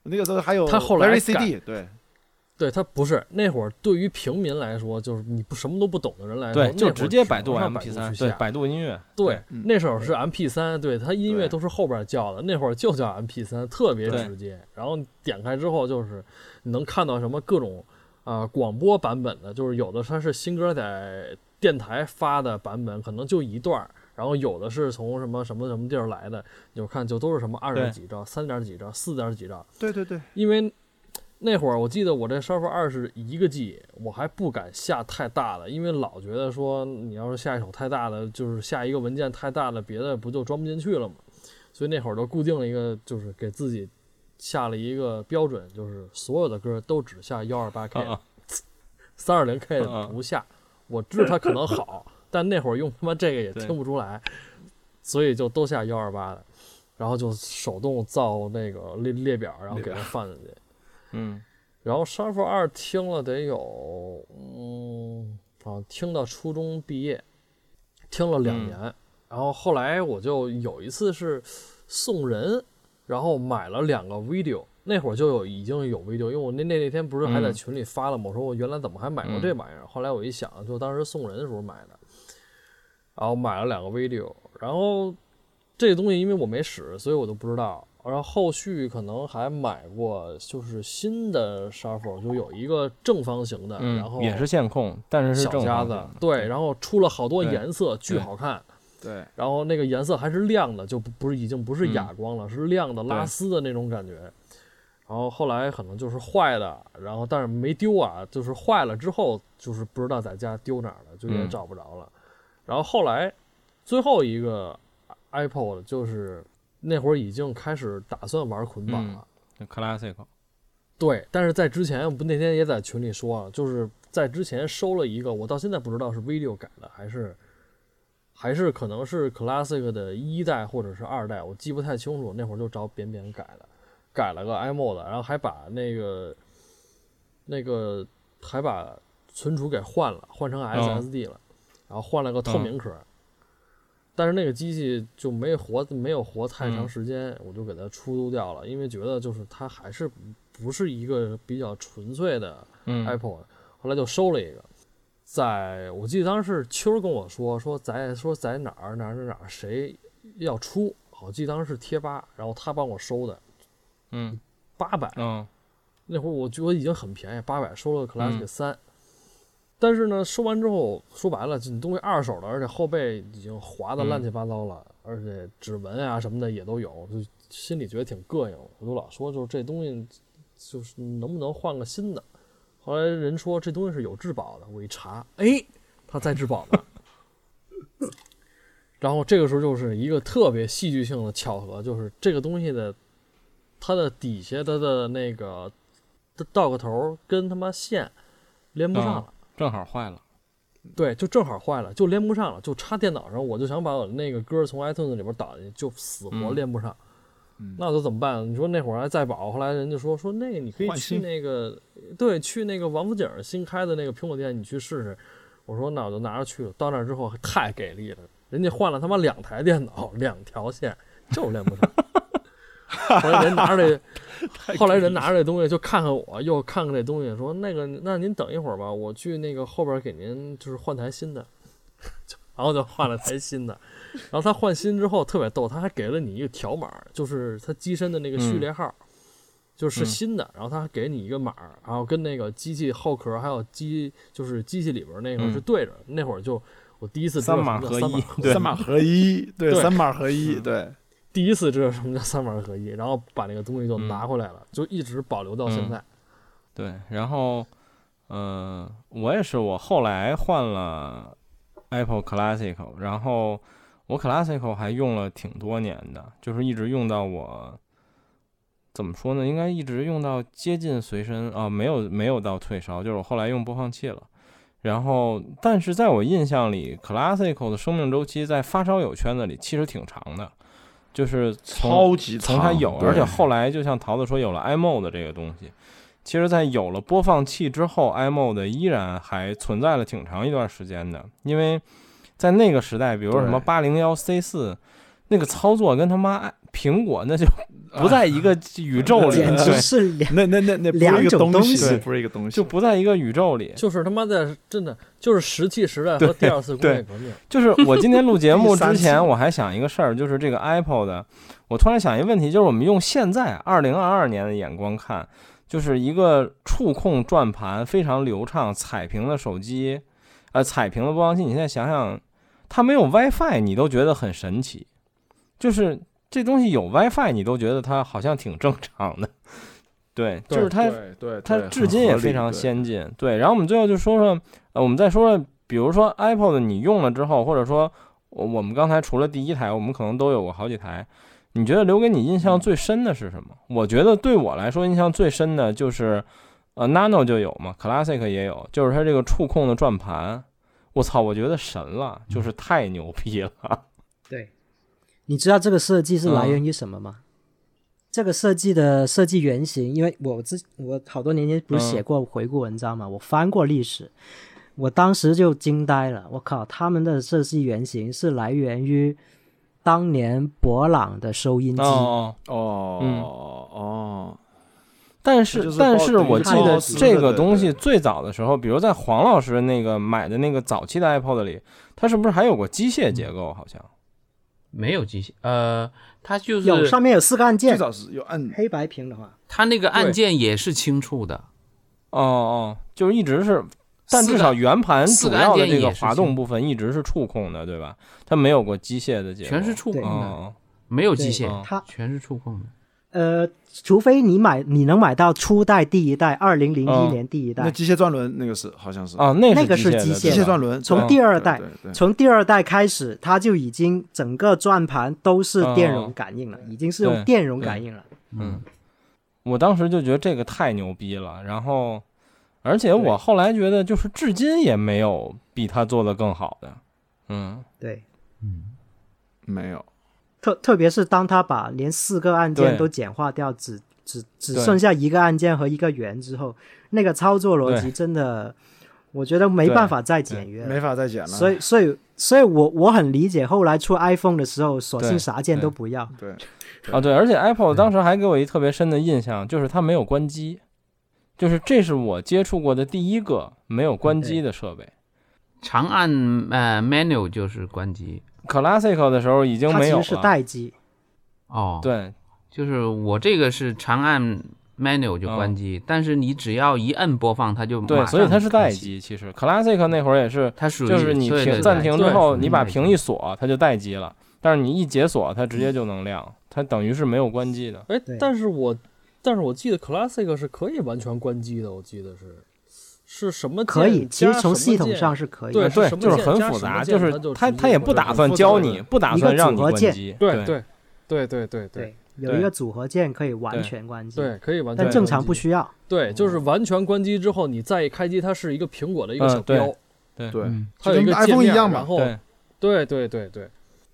E: 那个时候还有
B: 他后来
E: Very CD 对
B: 对它不是那会儿对于平民来说，就是你不什么都不懂的人来说，
A: 对，就直接百度
B: M
A: MP 3对，百度音乐，
B: 对，
E: 嗯
B: 那首是 M P 3对，它音乐
E: 对
B: 都是后边叫的，那会儿就叫 M P 3特别
A: 对
B: 直接。然后你点开之后，就是你能看到什么各种啊、呃广播版本的，就是有的它是新歌在电台发的版本，可能就一段儿。然后有的是从什么什么什么地儿来的，你就看就都是什么二点几兆、三点几兆、四点几兆，
E: 对对对，
B: 因为那会儿我记得我这 s h a r p 二是一个 G，我还不敢下太大的，因为老觉得说你要是下一首太大的，就是下一个文件太大了，别的不就装不进去了吗？所以那会儿都固定了一个，就是给自己下了一个标准，就是所有的歌都只下幺二八 K
A: 嗯。嗯
B: 三二零 K
A: 嗯
B: 的不下。我知道它可能好， 但那会儿用他妈这个也
A: 对
B: 听不出来，所以就都下幺二八的，然后就手动造那个列列表，然后给它放进去。
A: 嗯，
B: 然后《杀父二》听了得有，嗯，好像听到初中毕业，听了两
A: 嗯
B: 年。然后后来我就有一次是送人，然后买了两个 video，那会儿就有已经有 video，因为我那那那天不是还在
A: 嗯
B: 群里发了吗？我说我原来怎么还买过这玩意儿？后来我一想，就当时送人的时候买的，然后买了两个 video，然后这个东西因为我没使，所以我都不知道。然后后续可能还买过，就是新的 shuffle，就有一个正方形的，然后
A: 嗯，也是线控，但是是
B: 小
A: 正
B: 家
A: 方
B: 子
A: 的，嗯
B: 对，然后出了好多
A: 对
B: 颜色，巨
A: 对
B: 好看。
E: 对，
B: 然后那个颜色还是亮的，就不不是已经不是
A: 嗯
B: 哑光了，是亮的拉
A: 对
B: 丝的那种感觉。然后后来可能就是坏的，然后但是没丢啊，就是坏了之后就是不知道在家丢哪儿了，就也
A: 嗯
B: 找不着了。然后后来最后一个 iPod 就是那会儿已经开始打算玩捆绑了，
A: 就 classic，
B: 对，但是在之前，不那天也在群里说了，啊就是在之前收了一个，我到现在不知道是 video 改的还是还是可能是 classic 的一代或者是二代，我记不太清楚。那会儿就找扁扁改的，改了个 iMod，然后还把那个那个还把存储给换了，换成 SSD 了，然后换了个透明壳。但是那个机器就没活，没有活太长
A: 嗯
B: 时间，我就给它出租掉了，因为觉得就是它还是不是一个比较纯粹的
A: 嗯
B: Apple，、后来就收了一个，在我记得当时是秋儿跟我说说在说在哪儿哪儿哪儿哪儿谁要出，我记得当时是贴吧，然后他帮我收的
A: 嗯
B: 八百，
A: 嗯
B: 那会儿我觉得已经很便宜，八百收了个
A: 嗯
B: Classic 三、但是呢，收完之后，说白了，你东西二手的，而且后背已经划的乱七八糟了，而且指纹啊什么的也都有，就心里觉得挺膈应。我就老说，就是这东西，就是能不能换个新的？后来人说这东西是有质保的，我一查，哎，它在质保呢。然后这个时候就是一个特别戏剧性的巧合，就是这个东西的它的底下它的那个道个头儿跟他妈线连不
A: 啊
B: 上了。
A: 正好坏了，
B: 对，就正好坏了，就连不上了，就插电脑上，我就想把我那个歌从 iTunes 里边导进去，就死活
A: 嗯
B: 连不上。
E: 嗯
B: 那我怎么办？你说那会儿还在保，后来人家说说那个你可以
E: 换
B: 去
E: 新
B: 那个，对，去那个王府井新开的那个苹果店，你去试试。我说那我就拿着去了。到那儿之后太给力了，人家换了他妈两台电脑，两条线，就是连不上。后来人拿着 这后来人拿着这东西就看看我，又看看这东西，说那个，那您等一会儿吧，我去那个后边给您就是换台新的， 就然后就换了台新的。然后他换新之后特别逗，他还给了你一个条码，就是他机身的那个序列号，就是
A: 嗯
B: 新的，然后他还给你一个码，然后跟那个机器后壳还有机就是机器里边那个
A: 嗯
B: 是对着。那会儿就我第一次知道
A: 三
B: 什
A: 码
B: 么叫
A: 合
B: 三
A: 一
B: 码，
A: 对
E: 三码合一，对，
B: 对
E: 三码合一，对，
B: 第一次知道什么叫三码合一，然后把那个东西就拿回来了，就一直保留到现
A: 嗯
B: 在。
A: 对，然后呃，我也是，我后来换了 Apple Classic，然后我 Classic 还用了挺多年的，就是一直用到我怎么说呢？应该一直用到接近随身啊，没有没有到退烧，就是我后来用播放器了。然后，但是在我印象里，Classic 的生命周期在发烧友圈子里其实挺长的，就是从
E: 超级
A: 从它
E: 长
A: 有，
E: 对
A: 而且后来就像桃子说，有了 iMode 这个东西，其实，在有了播放器之后，iMode 依然还存在了挺长一段时间的，因为在那个时代，比如说什么
E: 对
A: 八零幺 C 四，那个操作跟他妈苹果那就不在一个宇宙里，
D: 简直
A: 对，
D: 是两
E: 那那那那不是
D: 两
E: 一个
D: 种东
E: 西，
D: 西
E: 对不是一个东西，
A: 就不在一个宇宙里。
B: 就是他妈的，真的就是石器时代和第二次工业革命。
A: 就是我今天录节目
E: 第三
A: 之
E: 次
A: 前，我还想一个事儿，就是这个 Apple 的，我突然想一个问题，就是我们用现在二零二二年的眼光看，就是一个触控转盘非常流畅、彩屏的手机，呃，彩屏的播放器，你现在想想，它没有 WiFi，你都觉得很神奇，就是这东西有 WiFi，你都觉得它好像挺正常的， 对，就是它
E: 对对，
A: 它
E: 对
A: 至今也非常，先进。对，然后我们最后就说说，呃，我们再说说，比如说 Apple 的你用了之后，或者说我我们刚才除了第一台，我们可能都有过好几台。你觉得留给你印
E: 嗯
A: 象最深的是什么？我觉得对我来说印象最深的就是，呃，Nano 就有嘛，Classic 也有，就是它这个触控的转盘，我操，我觉得神了，就是
E: 嗯
A: 太牛逼了。
D: 你知道这个设计是来
A: 嗯
D: 源于什么吗？这个设计的设计原型，因为我之我好多年前不是写过回顾文章嘛，我翻过历史，我当时就惊呆了，我靠，他们的设计原型是来源于当年博朗的收音 机，
A: 哦，
E: 哦、
A: 嗯
E: 哦，
A: 但
E: 就是是
A: 但
E: 鲍
A: 是我
E: 等于
A: 记
E: 鲍
A: 得
E: 斯
A: 这
E: 的
A: 个
E: 对
A: 东西
E: 对
A: 最早的时候，比如在黄老师那个买的那个早期的 iPod 里，它是不是还有过机械结构？好像
C: 没有机械，呃，它就
D: 有
C: 是
D: 上面有四个按
E: 最
D: 键，
E: 早是有按
D: 黑白屏的话，
C: 它那个按
A: 对
C: 键也是轻触的，
A: 哦哦，就是一直是，但
C: 四
A: 至
C: 个
A: 少圆盘
C: 四
A: 主
C: 个
A: 要
C: 按
A: 的
C: 键
A: 这个
C: 也是
A: 滑动
C: 轻
A: 部分一直是触控的，对吧？它没有过机械的结构，
C: 全是触控
D: 对嗯
C: 的，
A: 哦，
C: 没有机
D: 对嗯
C: 械，
D: 它
C: 全是触控的。
D: 呃，除非你买你能买到初代第一代，二零零一
A: 嗯
D: 年第一
E: 那
D: 代，
E: 机械转轮那个是好像是
A: 哦，那
D: 那个是
A: 是机
D: 机
E: 机
D: 械
E: 械
D: 的
E: 转轮，
D: 从
E: 对
D: 第二
E: 对
D: 代
E: 对对
D: 从第二代开始，它就已经整个转盘都是电容感应了，已经是用
A: 哦对
D: 电容感应了。
A: 嗯，我当时就觉得这个太牛逼了，然后，而且我
D: 对
A: 后来觉得，就是至今也没有比它做的更好的。嗯，
D: 对，
E: 没有，
D: 特特别是当他把连四个按键
A: 对
D: 都简化掉，只只只
A: 对
D: 剩下一个按键和一个圆之后，那个操作逻辑真的，我觉得没
A: 对
D: 办法再简约了。
E: 没法再剪了。
D: 所以，所以，所以我我很理解后来出 iPhone 的时候，索性
A: 对
D: 啥键
A: 对
D: 都不要。
E: 对，
A: 啊对，而且 Apple 当时还给我一特别深的印象，就是它没有关机，就是这是我接触过的第一个没有关机的设备。
C: 长按呃 menu 就是关机
A: Classic 的时候已经
D: 它
A: 没
D: 其
A: 有
D: 实是
A: 了，
D: 待机，
C: 哦，，
A: 对
C: 就是我这个是长按 menu 就关机，但是你只要一摁播放，它就
A: 嗯
C: 马
A: 对，
C: 上
A: 所以它是
C: 开
A: 待
C: 启，
A: 机。其实 Classic 那会儿也是，
C: 它属于
A: 就是你
C: 对对
A: 停
C: 对
A: 暂停之
B: 对
A: 后，
C: 对
A: 你
C: 对
A: 把
C: 对
A: 屏一锁，它就待机了。但是你一解锁，它直接就能
B: 嗯
A: 亮，它等于是没有关机的。
B: 哎
D: 对，
B: 但是我但是我记得 Classic 是可以完全关机的，我记得是是什么键
D: 可以。其
B: 加
D: 实从
B: 什么
D: 系统
B: 键
D: 上是可以
B: 对
D: 的。
A: 啊
B: 是
A: 对，
B: 什么
A: 就是
B: 键
A: 很
B: 加
A: 复
B: 什么
A: 杂，
B: 键
A: 就
B: 它就是
A: 他
B: 直接
A: 他也
B: 会
A: 不
B: 让
A: 打
B: 你
A: 算
B: 复
A: 教
B: 杂
A: 你，
B: 的
A: 不打
D: 一个
A: 算让
D: 组
A: 你
D: 合
A: 关
D: 键
A: 机。
B: 对对对对对对
D: 对，有一个组合键可以完
A: 对
D: 全关机，
B: 对，可以完全
D: 但
B: 关
D: 正常
B: 机
D: 不需哦要。
B: 对，就是完全关机之后，你再一开机，它是一个苹果的一个
A: 嗯
B: 小标，
A: 对
E: 对，
C: 嗯
B: 它
E: 就
B: 有一
E: 跟
B: 个
E: iPhone
B: 界面
E: 一样嘛
B: 然后
A: 对，
B: 对对对对，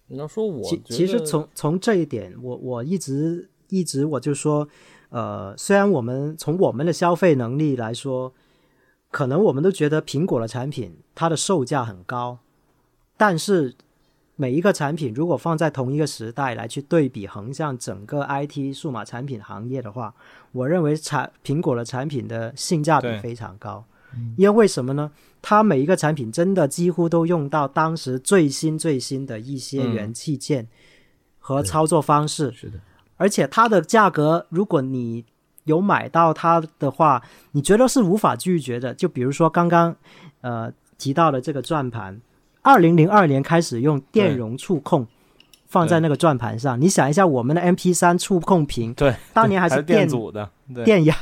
B: 你要说我
D: 其
B: 觉
D: 其实
B: 得
D: 从从这一点，我我一直一直我就说，呃，虽然我们从我们的消费能力来说，可能我们都觉得苹果的产品它的售价很高，但是每一个产品如果放在同一个时代来去对比横向整个 IT 数码产品行业的话，我认为产苹果的产品的性价比
A: 对
D: 非常高，
B: 嗯
D: 因为为什么呢？它每一个产品真的几乎都用到当时最新最新的一些
A: 嗯
D: 元器件和操作方式，
C: 是的，
D: 而且它的价格，如果你有买到它的话，你觉得是无法拒绝的。就比如说刚刚呃提到的这个转盘，二零零二年开始用电容触控。放在那个转盘上，你想一下，我们的 M P 三触控屏，
A: 对，
D: 当年还
A: 还
D: 是
A: 电
D: 电
A: 阻的，对
D: 电压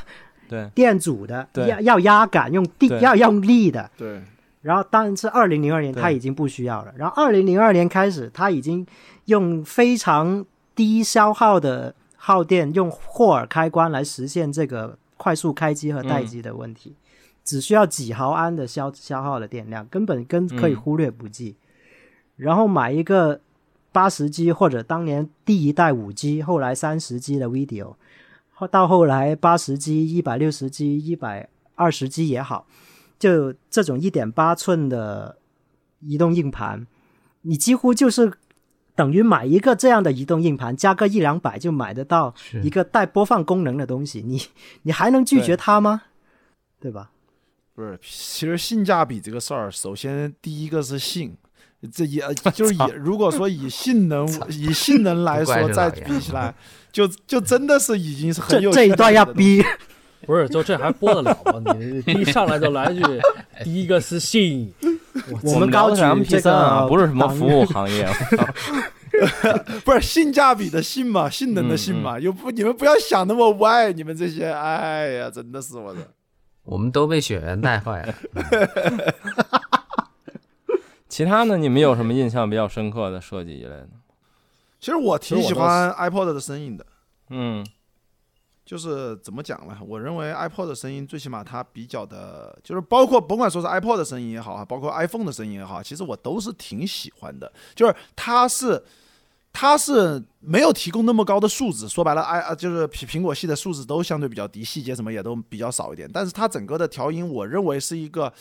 A: 对
D: 电阻的，
A: 对
D: 要要压感，用地
A: 对
D: 要用力的，
E: 对，
D: 然后当然是二零零二年
A: 对
D: 他已经不需要了，然后二零零二年开始，他已经用非常低消耗的耗电，用霍尔开关来实现这个快速开机和待机的问题，只需要几毫安的消消耗的电量，根本跟可以
A: 嗯
D: 忽略不计。然后买一个八十 G 或者当年第一代五 G，后来三十 G 的 video，后到后来八十 G、一百六十 G、一百二十 G 也好，就这种一点八寸的移动硬盘，你几乎就是等于买一个这样的移动硬盘，加个一两百就买得到
C: 是
D: 一个带播放功能的东西，你你还能拒绝
A: 对
D: 它吗？对吧？
E: 不是，其实性价比这个事儿，首先第一个是性。这 也就是
A: 操
E: 以，如果说以性 能以性能来
C: 不怪
E: 说，
C: 这
E: 再
C: 老爷
E: 比起来，就就真的是已经是很
D: 这
E: 有
D: 这一段要
E: 比
D: 逼，
B: 不是就这还播得了吗？你一上来就来一句，第一个是信，
A: 我
D: 们高
A: 聊的是 MP
D: 举这
A: 三啊，
D: 个
A: 不是什么
D: 党
A: 服务行业。
E: 不是性价比的性嘛，性能的性嘛，又不你们不要想那么歪，你们这些，哎呀，真的是我的，
C: 我们都被雪原带坏了。
A: 其他呢，你们有什么印象比较深刻的设计一类的？
E: 其实我挺喜欢 iPod 的声音的，
A: 嗯
E: 就是怎么讲呢？我认为 iPod 的声音最起码它比较的，就是包括甭管说是 iPod 的声音也好，包括 iPhone 的声音也好，其实我都是挺喜欢的。就是它是它是没有提供那么高的素质，说白了，哎啊，就是苹苹果系的素质都相对比较低，细节什么也都比较少一点。但是它整个的调音，我认为是一个，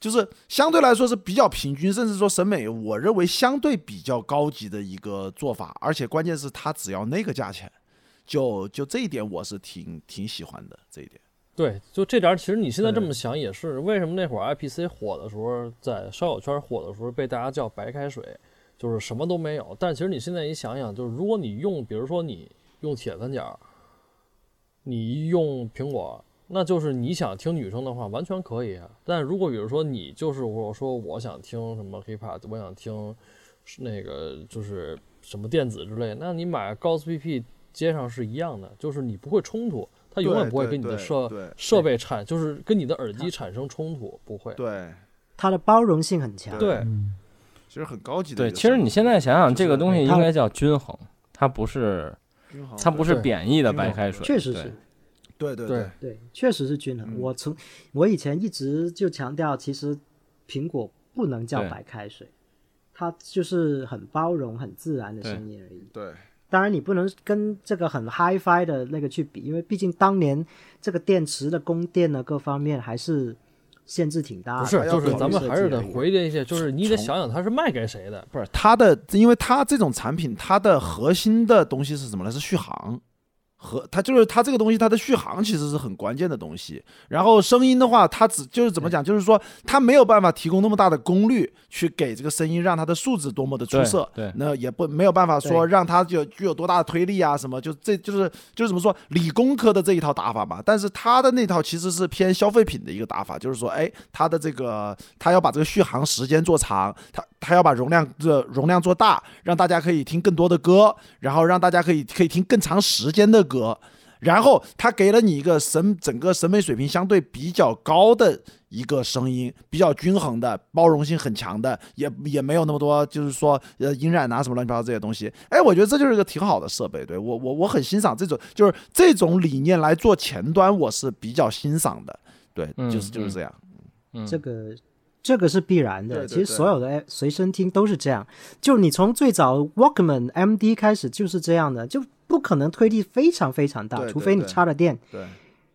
E: 就是相对来说是比较平均，甚至说审美，我认为相对比较高级的一个做法。而且关键是它只要那个价钱，就就这一点我是挺挺喜欢的这一点。
B: 对，就这点儿，其实你现在这么想也是，为什么那会儿 IPC 火的时候，在烧烤圈火的时候被大家叫白开水，就是什么都没有。但其实你现在一想想，就是如果你用，比如说你用铁三角，你用苹果，那就是你想听女生的话，完全可以啊。但如果比如说你就是我说我想听什么 hiphop，我想听是那个就是什么电子之类，那你买 Ghost PP 接上是一样的，就是你不会冲突，它永远
E: 对
B: 不会
E: 对
B: 跟你的
E: 对
B: 设
E: 对
B: 设备产就是跟你的耳机产生冲突，不会。
E: 对，嗯
D: 它的包容性很强。
B: 对
E: 其实很高级的
A: 对，
E: 一个审美。
A: 其实你现在想想，
E: 就是
A: 这个东西
D: 它
A: 应该叫均衡，它不是
E: 均衡
A: 它不是
B: 对
A: 贬义的
E: 均
A: 白
E: 衡
A: 开水，
D: 确实
A: 对
D: 是，
E: 对对
B: 对
E: 对
D: 对，确实是均衡。
E: 嗯
D: 我从我以前一直就强调，其实苹果不能叫
A: 对
D: 白开水，它就是很包容、很自然的
A: 对
D: 声音而已。
E: 对
D: 当然，你不能跟这个很 HiFi 的那个去比，因为毕竟当年这个电池的供电呢，各方面还是限制挺大的。
B: 不是
E: 还，要
B: 就是
E: 考虑
B: 咱们还是得
D: 设计而已
B: 回忆一下，就是你得
E: 从
B: 想想它是卖给谁的。
E: 不是它的，因为它这种产品，它的核心的东西是什么呢？是续航。和它就是它这个东西，它的续航其实是很关键的东西。然后声音的话，它只就是怎么讲，就是说它没有办法提供那么大的功率去给这个声音让它的素质多么的出色。
A: 对对
E: 那也不没有办法说
D: 对
E: 让它具有具有多大的推力啊什么，就这就是就是怎么说理工科的这一套打法嘛。但是它的那套其实是偏消费品的一个打法，就是说，哎，它的这个它要把这个续航时间做长，它它要把容量这、容量做大，让大家可以听更多的歌，然后让大家可以可以听更长时间的歌。然后它给了你一个审整个审美水平相对比较高的一个声音，比较均衡的，包容性很强的，也也没有那么多就是说呃音染啊什么乱七八糟这些东西。哎，我觉得这就是一个挺好的设备，对我我我很欣赏这种就是这种理念来做前端，我是比较欣赏的。对，
A: 嗯
E: 就是就是
A: 嗯
E: 这样。
A: 嗯
D: 这个这个是必然的。
E: 对对
D: 其实
E: 对
D: 所有的哎随身听都是这样，就你从最早 Walkman MD 开始就是这样的，就不可能推力非常非常大，
E: 对对
D: 除非你
E: 对
D: 插了电，
E: 对，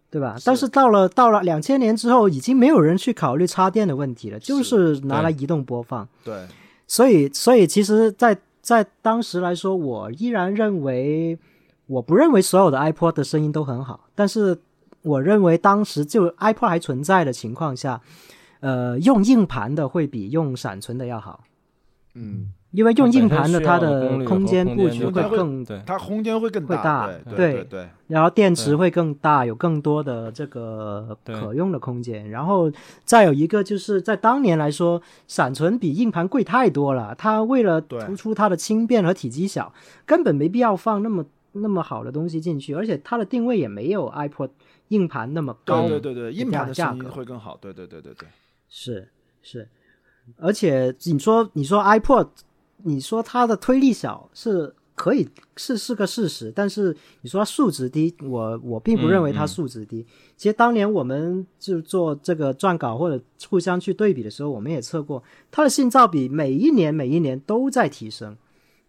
D: 对吧？
E: 是
D: 但是到了到了两千年之后，已经没有人去考虑插电的问题了，就是拿来移动播放。
E: 对，
D: 所以，所以其实在，在当时来说，我依然认为，我不认为所有的 iPod 的声音都很好，但是我认为当时就 iPod 还存在的情况下，呃，用硬盘的会比用闪存的要好，
E: 嗯，
D: 因为用硬盘
A: 哦它
D: 的
A: 本身需要的
D: 它
A: 功率和空
D: 的空间布
A: 间
D: 局
A: 就
D: 会
A: 大
D: 更，
A: 对
E: 它空间会更
D: 会大
E: 对
D: 对
E: 对对，
D: 然后电池
A: 对
D: 会更大，有更多的这个
A: 对
D: 可用的空间。然后再有一个就是在当年来说，闪存比硬盘贵太多了。它为了
E: 对
D: 突出它的轻便和体积小，根本没必要放那么那么好的东西进去，而且它的定位也没有 iPod 硬盘那么高。
E: 对对对对，硬
D: 价
E: 盘的
D: 价
E: 声音
D: 格
E: 会更好。对对对对对，
D: 是是，而且你说你说 iPod，你说它的推力小是可以是是个事实，但是你说它数值低，我我并不认为它
A: 嗯嗯
D: 数值低。其实当年我们就做这个撰稿或者互相去对比的时候，我们也测过它的信噪比每一年每一年都在提升，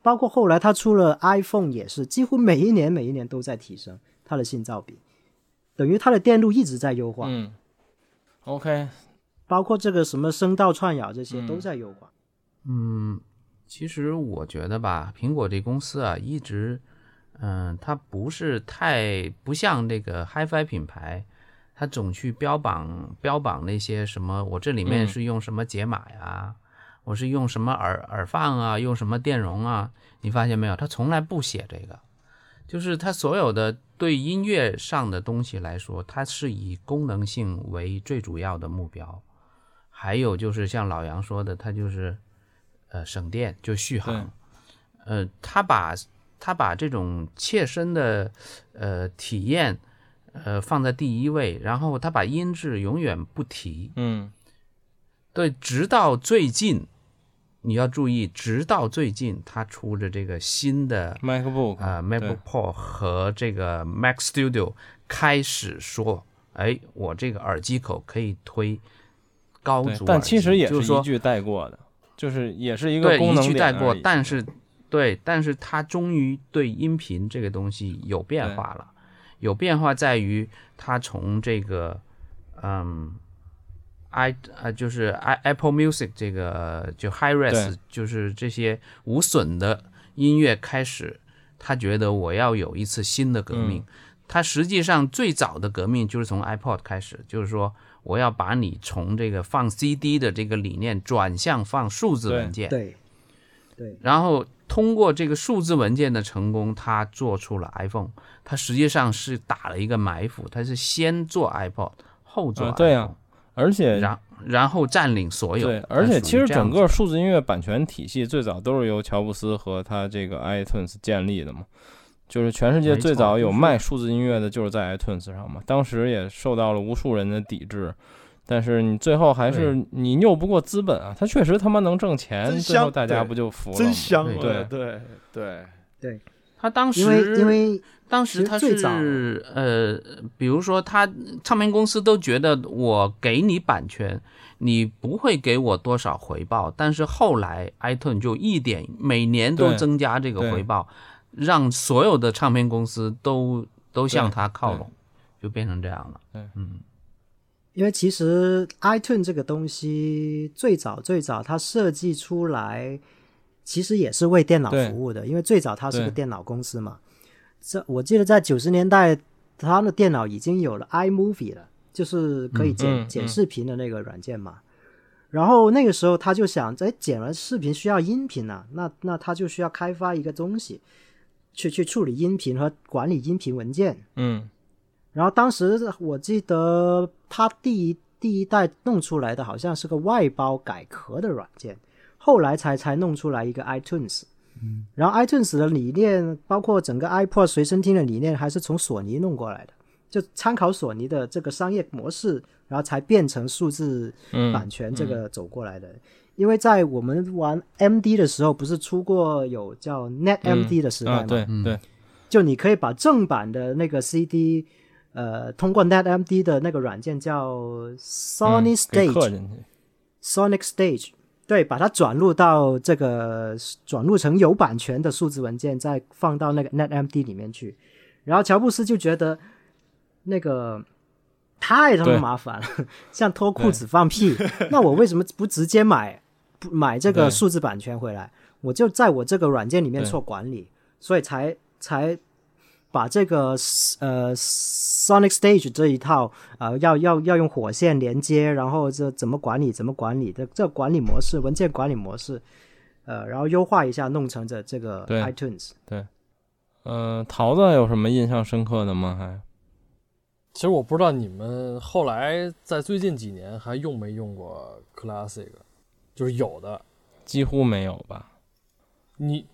D: 包括后来它出了 iPhone 也是，几乎每一年每一年都在提升它的信噪比，等于它的电路一直在优化。
A: 嗯，OK，
D: 包括这个什么声道串扰这些都在优化。
C: 嗯，其实我觉得吧，苹果这公司啊，一直，嗯，它不是太不像这个 HiFi 品牌，它总去标榜标榜那些什么，我这里面
A: 嗯
C: 是用什么解码呀，我是用什么耳耳放啊，用什么电容啊，你发现没有？它从来不写这个，就是它所有的对音乐上的东西来说，它是以功能性为最主要的目标。还有就是像老杨说的，它就是呃省电就续航，呃，他把他把这种切身的呃体验呃放在第一位，然后他把音质永远不提，
A: 嗯
C: 对，直到最近。你要注意，直到最近，他出的这个新的
A: ，MacBook
C: 啊、m a c
A: 对
C: b o o k Pro 和这个 Mac Studio 开始说，哎，我这个耳机口可以推高
A: 对
C: 阻耳机，
A: 但其实也
C: 就是是说
A: 一句带过的，就是也是一个
C: 对
A: 功
C: 一
A: 能
C: 句
A: 点
C: 带过
A: 而已，
C: 但是对，但是它终于对音频这个东西有变化了，有变化在于它从这个，嗯，i 啊就是 i Apple Music 这个就 Hi Res
A: 对
C: 就是这些无损的音乐开始，他觉得我要有一次新的革命。
A: 嗯
C: 他实际上最早的革命就是从 iPod 开始，就是说我要把你从这个放 CD 的这个理念转向放数字
A: 对
C: 文件。
D: 对，对，
C: 然后通过这个数字文件的成功，他做出了 iPhone。他实际上是打了一个埋伏，他是先做 iPod，后做 iPhone，、
A: 啊对呀而且
C: 然然后占领所有。
A: 对，
C: 它
A: 而且
C: 属于
A: 其实
C: 这样
A: 整
C: 子
A: 个数字音乐版权体系最早都是由乔布斯和他这个 iTunes 建立的嘛，就是全世界
C: 没
A: 最
C: 错
A: 早
C: 就
A: 有
C: 是
A: 卖数字音乐的就是在 iTunes 上嘛，当时也受到了无数人的抵制，但是你最后还是你拗不过资本啊，他确实他妈能挣钱，
E: 真
A: 最后
E: 香
A: 大家
E: 对
A: 不就服了吗？
E: 真香
C: 对
E: 啊，
A: 对
E: 对对，
C: 他当时
D: 因为因为
C: 当
D: 其
C: 时
D: 实
C: 他
D: 最
C: 是
D: 早
C: 呃，比如说他唱片公司都觉得我给你版权，你不会给我多少回报，但是后来 iTunes 就一点每年都
A: 对
C: 增加这个
A: 对
C: 回报，让所有的唱片公司都都向
A: 对
C: 他靠
A: 对
C: 拢，就变成这样了。
A: 对
C: 嗯，
D: 因为其实 iTunes 这个东西最早最早它设计出来，其实也是为电脑
A: 对
D: 服务的，因为最早它是个
A: 对
D: 电脑公司嘛。这我记得在九十年代，它的电脑已经有了 iMovie 了，就是可以剪、
A: 嗯
D: 剪
A: 嗯
D: 视频的那个软件嘛。然后那个时候他就想，哎，剪完视频需要音频呐、那那他就需要开发一个东西，去去处理音频和管理音频文件。
A: 嗯，
D: 然后当时我记得它第一第一代弄出来的好像是个外包改壳的软件，后来才才弄出来一个 iTunes。然后 iTunes 的理念，包括整个 iPod 随身听的理念，还是从索尼弄过来的，就参考索尼的这个商业模式，然后才变成数字
A: 嗯
D: 版权这个走过来的。因为在我们玩 MD 的时候，不是出过有叫 NetMD 的时代吗？
A: 啊，对对，
D: 就你可以把正版的那个 CD，呃，通过 NetMD 的那个软件叫 Sony
A: 嗯给刻
D: Stage、
A: 进去，
D: Sonic Stage，对，把它转录到这个转录成有版权的数字文件，再放到那个 NetMD 里面去。然后乔布斯就觉得那个太他妈
A: 对
D: 麻烦了，像脱裤子放屁。 那我为什么不直接买不买这个
A: 对
D: 数字版权回来？我就在我这个软件里面
A: 对
D: 做管理，所以才才把这个呃 Sonic Stage 这一套呃要要要用火线连接，然后这怎么管理怎么管理的这管理模式文件管理模式，呃，然后优化一下弄成这这个
A: 对
D: iTunes。
A: 呃，桃子有什么印象深刻的吗？还
B: 其实我不知道你们后来在最近几年还用没用过 Classic，就是有的。
A: 几乎没有吧？
B: 你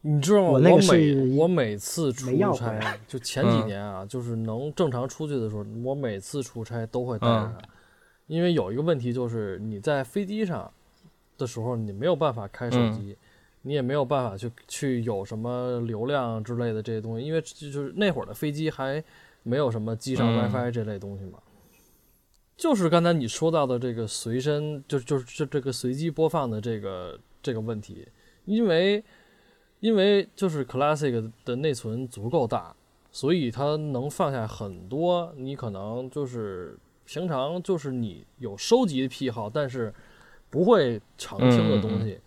B: 你知道吗？
D: 我
B: 我
D: 那个是
B: 每我每次出
D: 没要回
B: 差
D: 来，
B: 就前几
A: 嗯
B: 年啊，就是能正常出去的时候，我每次出差都会带
A: 嗯
B: 着它，因为有一个问题就是你在飞机上的时候，你没有办法开手
A: 嗯
B: 机。你也没有办法去去有什么流量之类的这些东西，因为就就是那会儿的飞机还没有什么机上
A: 嗯
B: WiFi 这类东西嘛。就是刚才你说到的这个随身，就就是这这个随机播放的这个这个问题，因为因为就是 Classic 的内存足够大，所以它能放下很多你可能就是平常就是你有收集癖好，但是不会常听的东
A: 嗯
B: 西。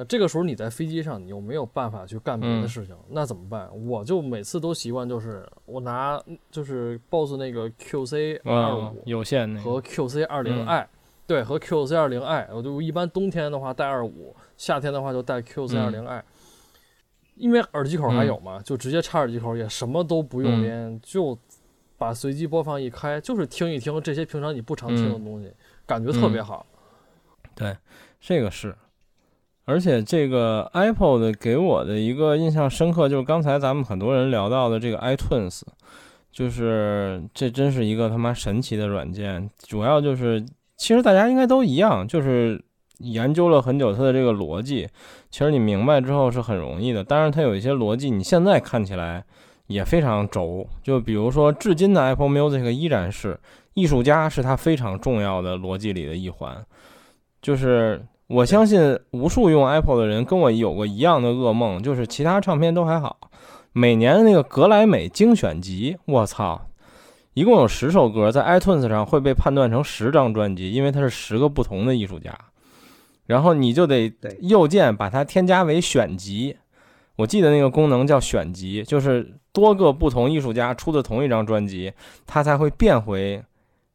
B: 那这个时候你在飞机上，你又没有办法去干别的
A: 嗯
B: 事情，那怎么办？我就每次都习惯就是我拿就是 BOSS 那个 QC 二
A: 啊
B: 五，
A: 有限那个嗯
B: 和 QC 二零 i，对，和 QC 二零 i，我就一般冬天的话带二五，夏天的话就带 QC
A: 嗯
B: 二零 i，因为耳机口还有嘛，就直接插耳机口，也什么都不用
A: 嗯
B: 连，就把随机播放一开，就是听一听这些平常你不常听的
A: 嗯
B: 东西，感觉特别好。
A: 这个是，而且这个 Apple 的给我的一个印象深刻，就是刚才咱们很多人聊到的这个 iTunes，就是这真是一个他妈神奇的软件。主要就是，其实大家应该都一样，就是研究了很久它的这个逻辑。其实你明白之后是很容易的，当然它有一些逻辑，你现在看起来也非常轴。就比如说，至今的 Apple Music 依然是艺术家是它非常重要的逻辑里的一环。就是我相信无数用 Apple 的人跟我有过一样的噩梦，就是其他唱片都还好，每年那个格莱美精选集，我操，一共有十首歌，在 iTunes 上会被判断成十张专辑，因为它是十个不同的艺术家，然后你就得
D: 对
A: 右键把它添加为选集。我记得那个功能叫选集，就是多个不同艺术家出的同一张专辑，它才会变回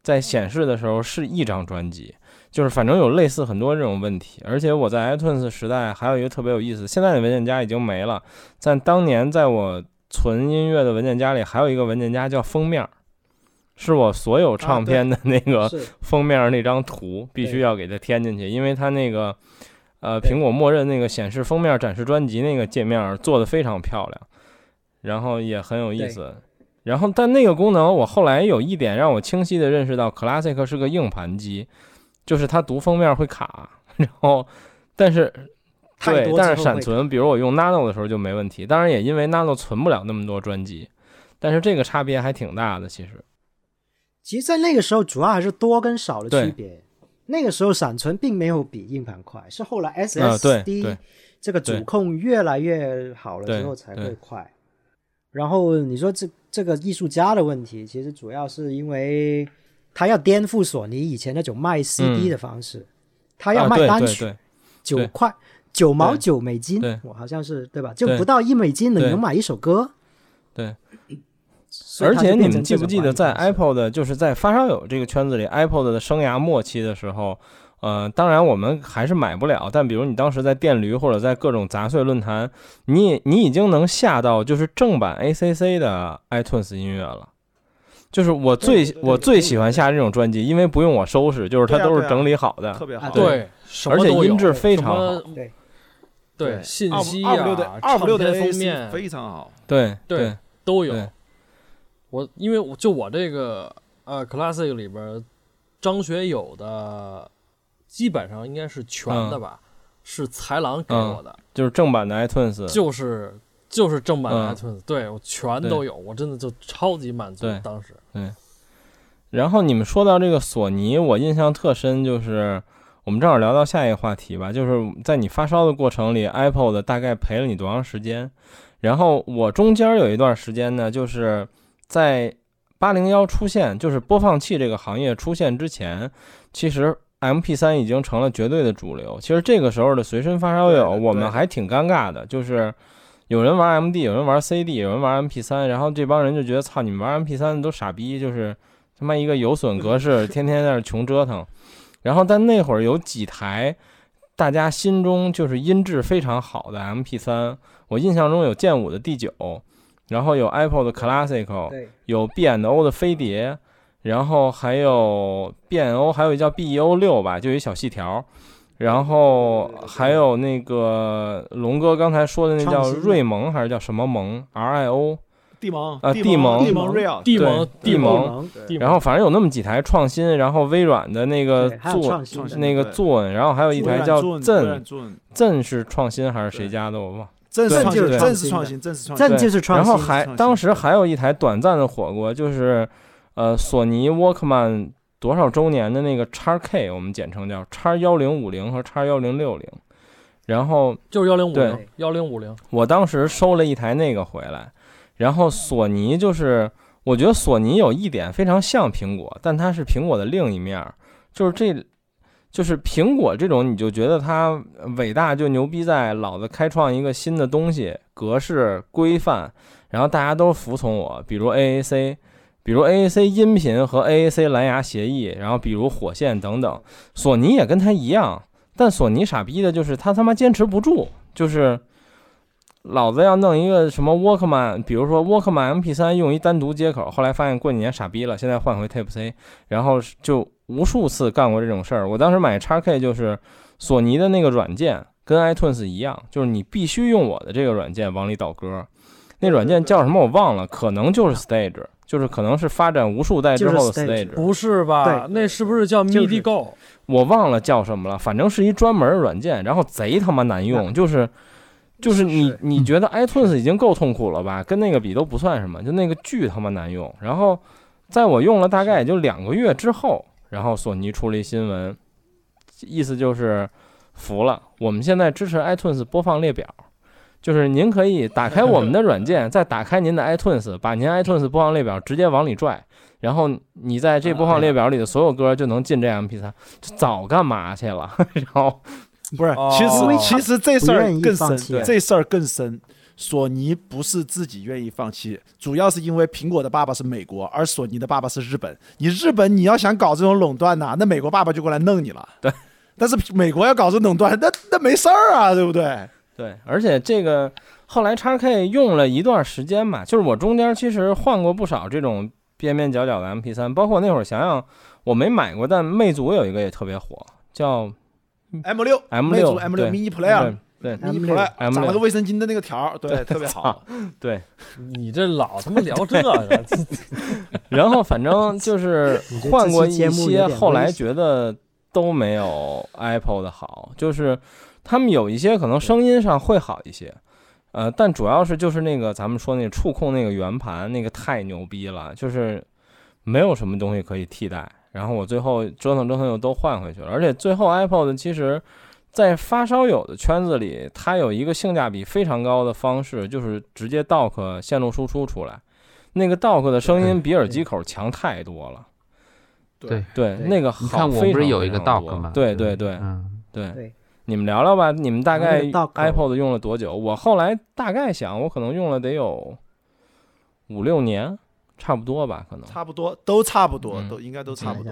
A: 在显示的时候是一张专辑。就是反正有类似很多这种问题，而且我在 iTunes 时代还有一个特别有意思，现在的文件夹已经没了，但当年在我存音乐的文件夹里还有一个文件夹叫封面儿，是我所有唱片的那个
D: 是
A: 封面儿那张图必须
D: 对
A: 要给它添进去，因为它那个呃
D: 对
A: 苹果默认那个显示封面展示专辑那个界面儿做的非常漂亮，然后也很有意
D: 对
A: 思。然后但那个功能我后来有一点让我清晰的认识到，Classic 是个硬盘机，就是它读封面儿会卡， 然后但是
D: 太
A: 对，
D: 多
A: 但
D: 之
A: 是
D: 后
A: 闪
D: 会
A: 存，比如我用 Nano 的时候就没问题，当然也因为 Nano 存不了那么多专辑，但是这个差别还挺大的，其实。
D: 其实，在那个时候，主要还是多跟少的
A: 对
D: 区别。那个时候闪存并没有比硬盘快，是后来
A: 啊对
D: SSD、
A: 对
D: 这个主
A: 对
D: 控越来越好了
A: 对
D: 之后才会
A: 对
D: 快。然后你说这这个艺术家的问题，其实主要是因为他要颠覆索尼以前那种卖 CD
A: 嗯
D: 的方式，他要卖单曲
A: 啊、
D: 九、
A: 对
D: 块九毛九美金
A: 对，
D: 我好像是对吧？就
A: 对
D: 不到一美金你
A: 对
D: 能买一首歌。
A: 对
D: 所
A: 对对对，而
D: 以他就
A: 且
D: 变
A: 你
D: 成
A: 们记
D: 这
A: 不
D: 种
A: 记
D: 管
A: 得
D: 理
A: 在
D: 方式
A: Apple 的，就是在发烧友这个圈子里，Apple 的生涯末期的时候，呃，当然我们还是买不了，但比如你当时在电驴或者在各种杂碎论坛，你也你已经能下到就是正版 ACC 的 iTunes 音乐了。就是我最
E: 对对对
A: 我
E: 对
A: 最喜欢下这种专辑，因为不用我收拾，就是它
E: 对啊
A: 都
E: 对
A: 是
E: 啊
A: 整理好的，
E: 特别
D: 啊
E: 好。
D: 对
B: 对，什么
A: 而且
B: 都有
A: 音质非常好
B: 什么
D: 对
B: 对，
A: 对
B: 信
E: 二五
B: 息
E: 二五六的
B: 啊，
E: 二五六的
B: 唱片
E: AC
B: 封面
E: 非常好，
A: 对
B: 对都有
A: 对。
B: 我因为我就我这个呃 classic 里边儿，张学友的基本上应该是全的吧，
A: 嗯
B: 是豺狼给我的，
A: 就是正版的 iTunes，
B: 就是就是正版的
A: 嗯
B: iTunes，、对我全都有，我真的就超级满足
A: 对
B: 当时。
A: 然后你们说到这个索尼，我印象特深，就是我们正好聊到下一个话题吧，就是在你发烧的过程里，Apple 的大概陪了你多长时间？然后我中间有一段时间呢，就是在八零幺出现，就是播放器这个行业出现之前，其实 MP 3已经成了绝对的主流。其实这个时候的随身发烧友，
E: 对的
A: 我
E: 对
A: 们
E: 的
A: 还挺尴尬的，就是有人玩 MD，有人玩 CD，有人玩 MP 3然后这帮人就觉得操，你们玩 MP 3都傻逼，就是他妈一个有损格式，天天在那儿穷折腾。然后但那会儿有几台大家心中就是音质非常好的 MP 3我印象中有剑舞的第九，然后有 Apple 的 Classical，
D: 对
A: 有 B&O 的飞碟，然后还有 B&O，还有一叫 BEO 六吧，就有一小细条，然后还有那个龙哥刚才说的那
D: 创
A: 叫
D: 新的
A: 瑞蒙还是叫什么蒙 RIO，
E: 地盟
A: 啊
E: 地
A: 地
E: 盟
A: 盟
E: 地盟 Real
B: 地盟
A: 对地
B: 盟，
A: 盟，然后反正有那么几台创新，然后微软的那个
D: 对还有
A: 做
D: 创新
E: 创新
D: 的
A: 那个
E: 对
A: Zune，然后还有一台叫 Zen，
E: 正
A: Zen 是创新还是谁家的我忘了。
E: 正
A: 对
E: 是创
A: 就是
E: 新，
A: 创
E: 正
D: 新的
E: 是创新，正是创新。
D: 这就是创
A: 然
D: 新。
A: 后还
E: 创新
A: 当时还有一台短暂的火锅，就是呃索尼 Walkman 多少周年的那个 x K，我们简称叫 x 幺零五零和 x 幺零六零。然后
B: 就是幺零五零
A: 对
B: 幺零五零，
A: 我当时收了一台那个回来，然后索尼就是我觉得索尼有一点非常像苹果，但它是苹果的另一面儿，就是这。就是苹果这种，你就觉得它伟大就牛逼在老子开创一个新的东西，格式规范，然后大家都服从我，比如 AAC，比如 AAC 音频和 AAC 蓝牙协议，然后比如火线等等。索尼也跟它一样，但索尼傻逼的就是他他妈坚持不住，就是老子要弄一个什么 Walkman，比如说 Walkman MP3 用一单独接口，后来发现过几年傻逼了，现在换回 Type C，然后就无数次干过这种事儿。我当时买 x K 就是索尼的那个软件。跟 iTunes 一样，就是你必须用我的这个软件往里导歌，那软件叫什么我忘了，可能就是 Stage，就是可能是发展无数代之后
D: 就
A: 的
D: 是 Stage
A: Stage，
B: 不是吧？
D: 对
B: 那是不是叫
D: 就是
B: MIDI Go？
A: 我忘了叫什么了，反正是一专门软件，然后贼他妈难用，就是就是你
D: 是
A: 你觉得 iTunes 已经够痛苦了吧，跟那个比都不算什么，就那个巨他妈难用。然后在我用了大概也就两个月之后，然后索尼出了一新闻，意思就是服了，我们现在支持 iTunes 播放列表，就是您可以打开我们的软件，再打开您的 iTunes，把您 iTunes 播放列表直接往里拽，然后你在这播放列表里的所有歌就能进这 MP3，这早干嘛去了？ 然后
E: 不是，
B: 哦
E: 其实
B: 因为
E: 其实这
D: 不
E: 事儿
D: 愿意
E: 更
D: 放
E: 深，
D: 弃
E: 这事儿更深。索尼不是自己愿意放弃，主要是因为苹果的爸爸是美国，而索尼的爸爸是日本。你日本你要想搞这种垄断呐、那美国爸爸就过来弄你了。
A: 对，
E: 但是美国要搞这垄断，那那没事儿啊，对不对？
A: 对，而且这个后来 x K 用了一段时间嘛，就是我中间其实换过不少这种边边角角的 MP 3包括那会儿想想我没买过，但魅族有一个也特别火，叫
E: M 六
A: M6
E: 魅族 M 六
A: 对
E: mini player
A: 对
D: M6
E: mini player
A: M6
E: 长了个卫生巾的那个条儿，对，特别好。
A: 对，
B: 你这老他妈聊 这个，
A: 然后反正就是
D: 你这
A: 换过
D: 这期节
A: 一
D: 目有
A: 些，
D: 点危
A: 后来
D: 险
A: 觉得都没有 Apple 的好，就是他们有一些可能声音上会好一些，呃，但主要是就是那个咱们说那个触控那个圆盘那个太牛逼了，就是没有什么东西可以替代。然后我最后折腾折腾又都换回去了，而且最后 Apple 的其实，在发烧友的圈子里，它有一个性价比非常高的方式，就是直接 dock 线路输出出来，那个 dock 的声音比耳机口强太多了。
C: 对，
A: 对，
D: 对
A: 那个
C: 你
A: 好，
C: 看我
A: 非
C: 不是
A: 常
C: 有一
A: 非
C: 个
A: 常
C: dock
A: 多
C: 吗？
A: 对对对
C: 嗯，
A: 对，
D: 对
A: 你们聊聊吧，你们大
D: 然后
A: 概
D: 那个 dock
A: Apple 的用了多久？我后来大概想，我可能用了得有五六年，差不多吧，可能。
E: 差不多都差不多
A: 嗯，
E: 都应该都差不多。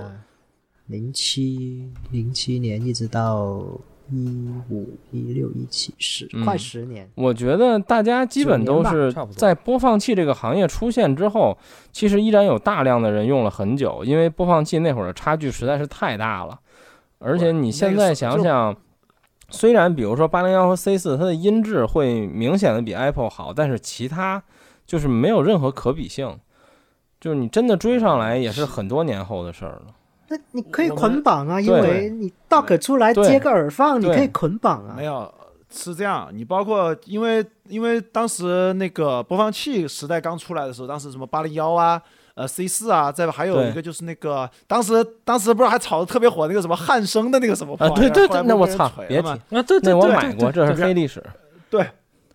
D: 零七零七年一直到一五一六一七十，
A: 嗯
D: 快十年。
A: 我觉得大家基本都
D: 九
A: 是
B: 差不多
A: 在播放器这个行业出现之后，其实依然有大量的人用了很久，因为播放器那会儿的差距实在是太大了。而且你现在想想，虽然比如说八零幺和 C 四它的音质会明显的比 Apple 好，但是其他就是没有任何可比性，就是你真的追上来也是很多年后的事儿了。
D: 那你可以
E: 我们
D: 捆绑啊，因
A: 对
D: 为你 dock 出来
A: 对
D: 接个耳放，你
A: 对
D: 可以捆绑
A: 嗯
D: 啊
E: 没。有，是这样。你包括因为因为当时那个播放器时代刚出来的时候，当时什么八零幺啊，呃 C 四啊，再还有
A: 对
E: 一个就是那个当时当时不是还炒的特别火那个什么汉声的那个什么
A: 啊，
E: 破玩意
A: 对对
E: 儿后
A: 对，
E: 来不是
A: 那我
E: 被人
A: 操
E: 锤，了
A: 别
E: 吗
A: 提，
B: 那对对
A: 那我
B: 对，
A: 买过，这是
E: 对
A: 黑历史。
E: 对。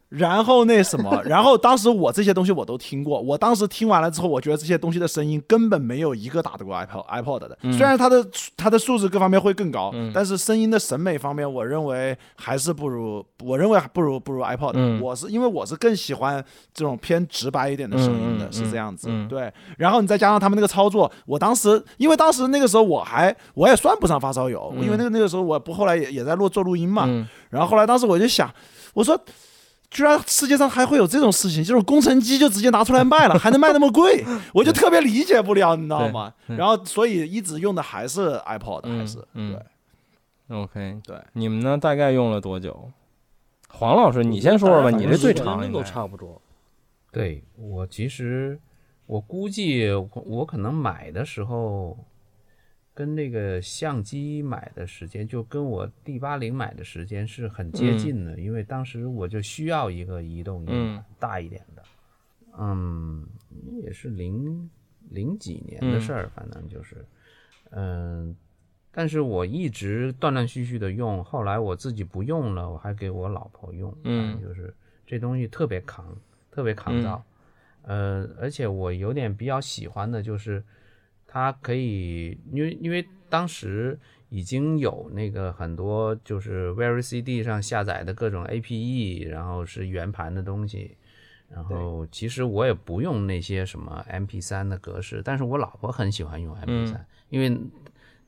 E: 然后那什么，然后当时我这些东西我都听过，我当时听完了之后，我觉得这些东西的声音根本没有一个打得过 iPod iPod 的。
A: 嗯
E: 虽然它的它的素质各方面会更高，
A: 嗯
E: 但是声音的审美方面，我认为还是不如，我认为还不如不如 iPod 的。
A: 嗯
E: 我是因为我是更喜欢这种偏直白一点的声音的，
A: 嗯嗯
E: 是这样子。
A: 嗯
E: 对，然后你再加上他们那个操作，我当时因为当时那个时候我还我也算不上发烧友，
A: 嗯
E: 因为那个那个时候我不后来也也在录做录音嘛，
A: 嗯，
E: 然后后来当时我就想，我说，居然世界上还会有这种事情，就是工程机就直接拿出来卖了，还能卖那么 贵，我就特别理解不了，你知道吗？
A: 对嗯
E: 然后所以一直用的还是 iPod，还是、
A: 嗯
E: 对。
A: OK，
E: 对，
A: 你们呢？大概用了多久？黄老师，你先说说吧，你这最长应该
B: 都差不多。
C: 对我其实我估计我我可能买的时候跟那个相机买的时间，就跟我 D 八零买的时间是很接近的，因为当时我就需要一个移动硬盘、
A: 嗯
C: 大一点的，嗯，也是零零几年的事儿，反正就是，嗯。但是我一直断断续续的用，后来我自己不用了，我还给我老婆用，
A: 嗯
C: 反正就是这东西特别扛，特别扛造。呃，而且我有点比较喜欢的就是，它可以，因为因为当时已经有那个很多就是 Very CD 上下载的各种 APE，然后是圆盘的东西。然后其实我也不用那些什么 MP3 的格式，但是我老婆很喜欢用
A: 嗯
C: MP3，、因为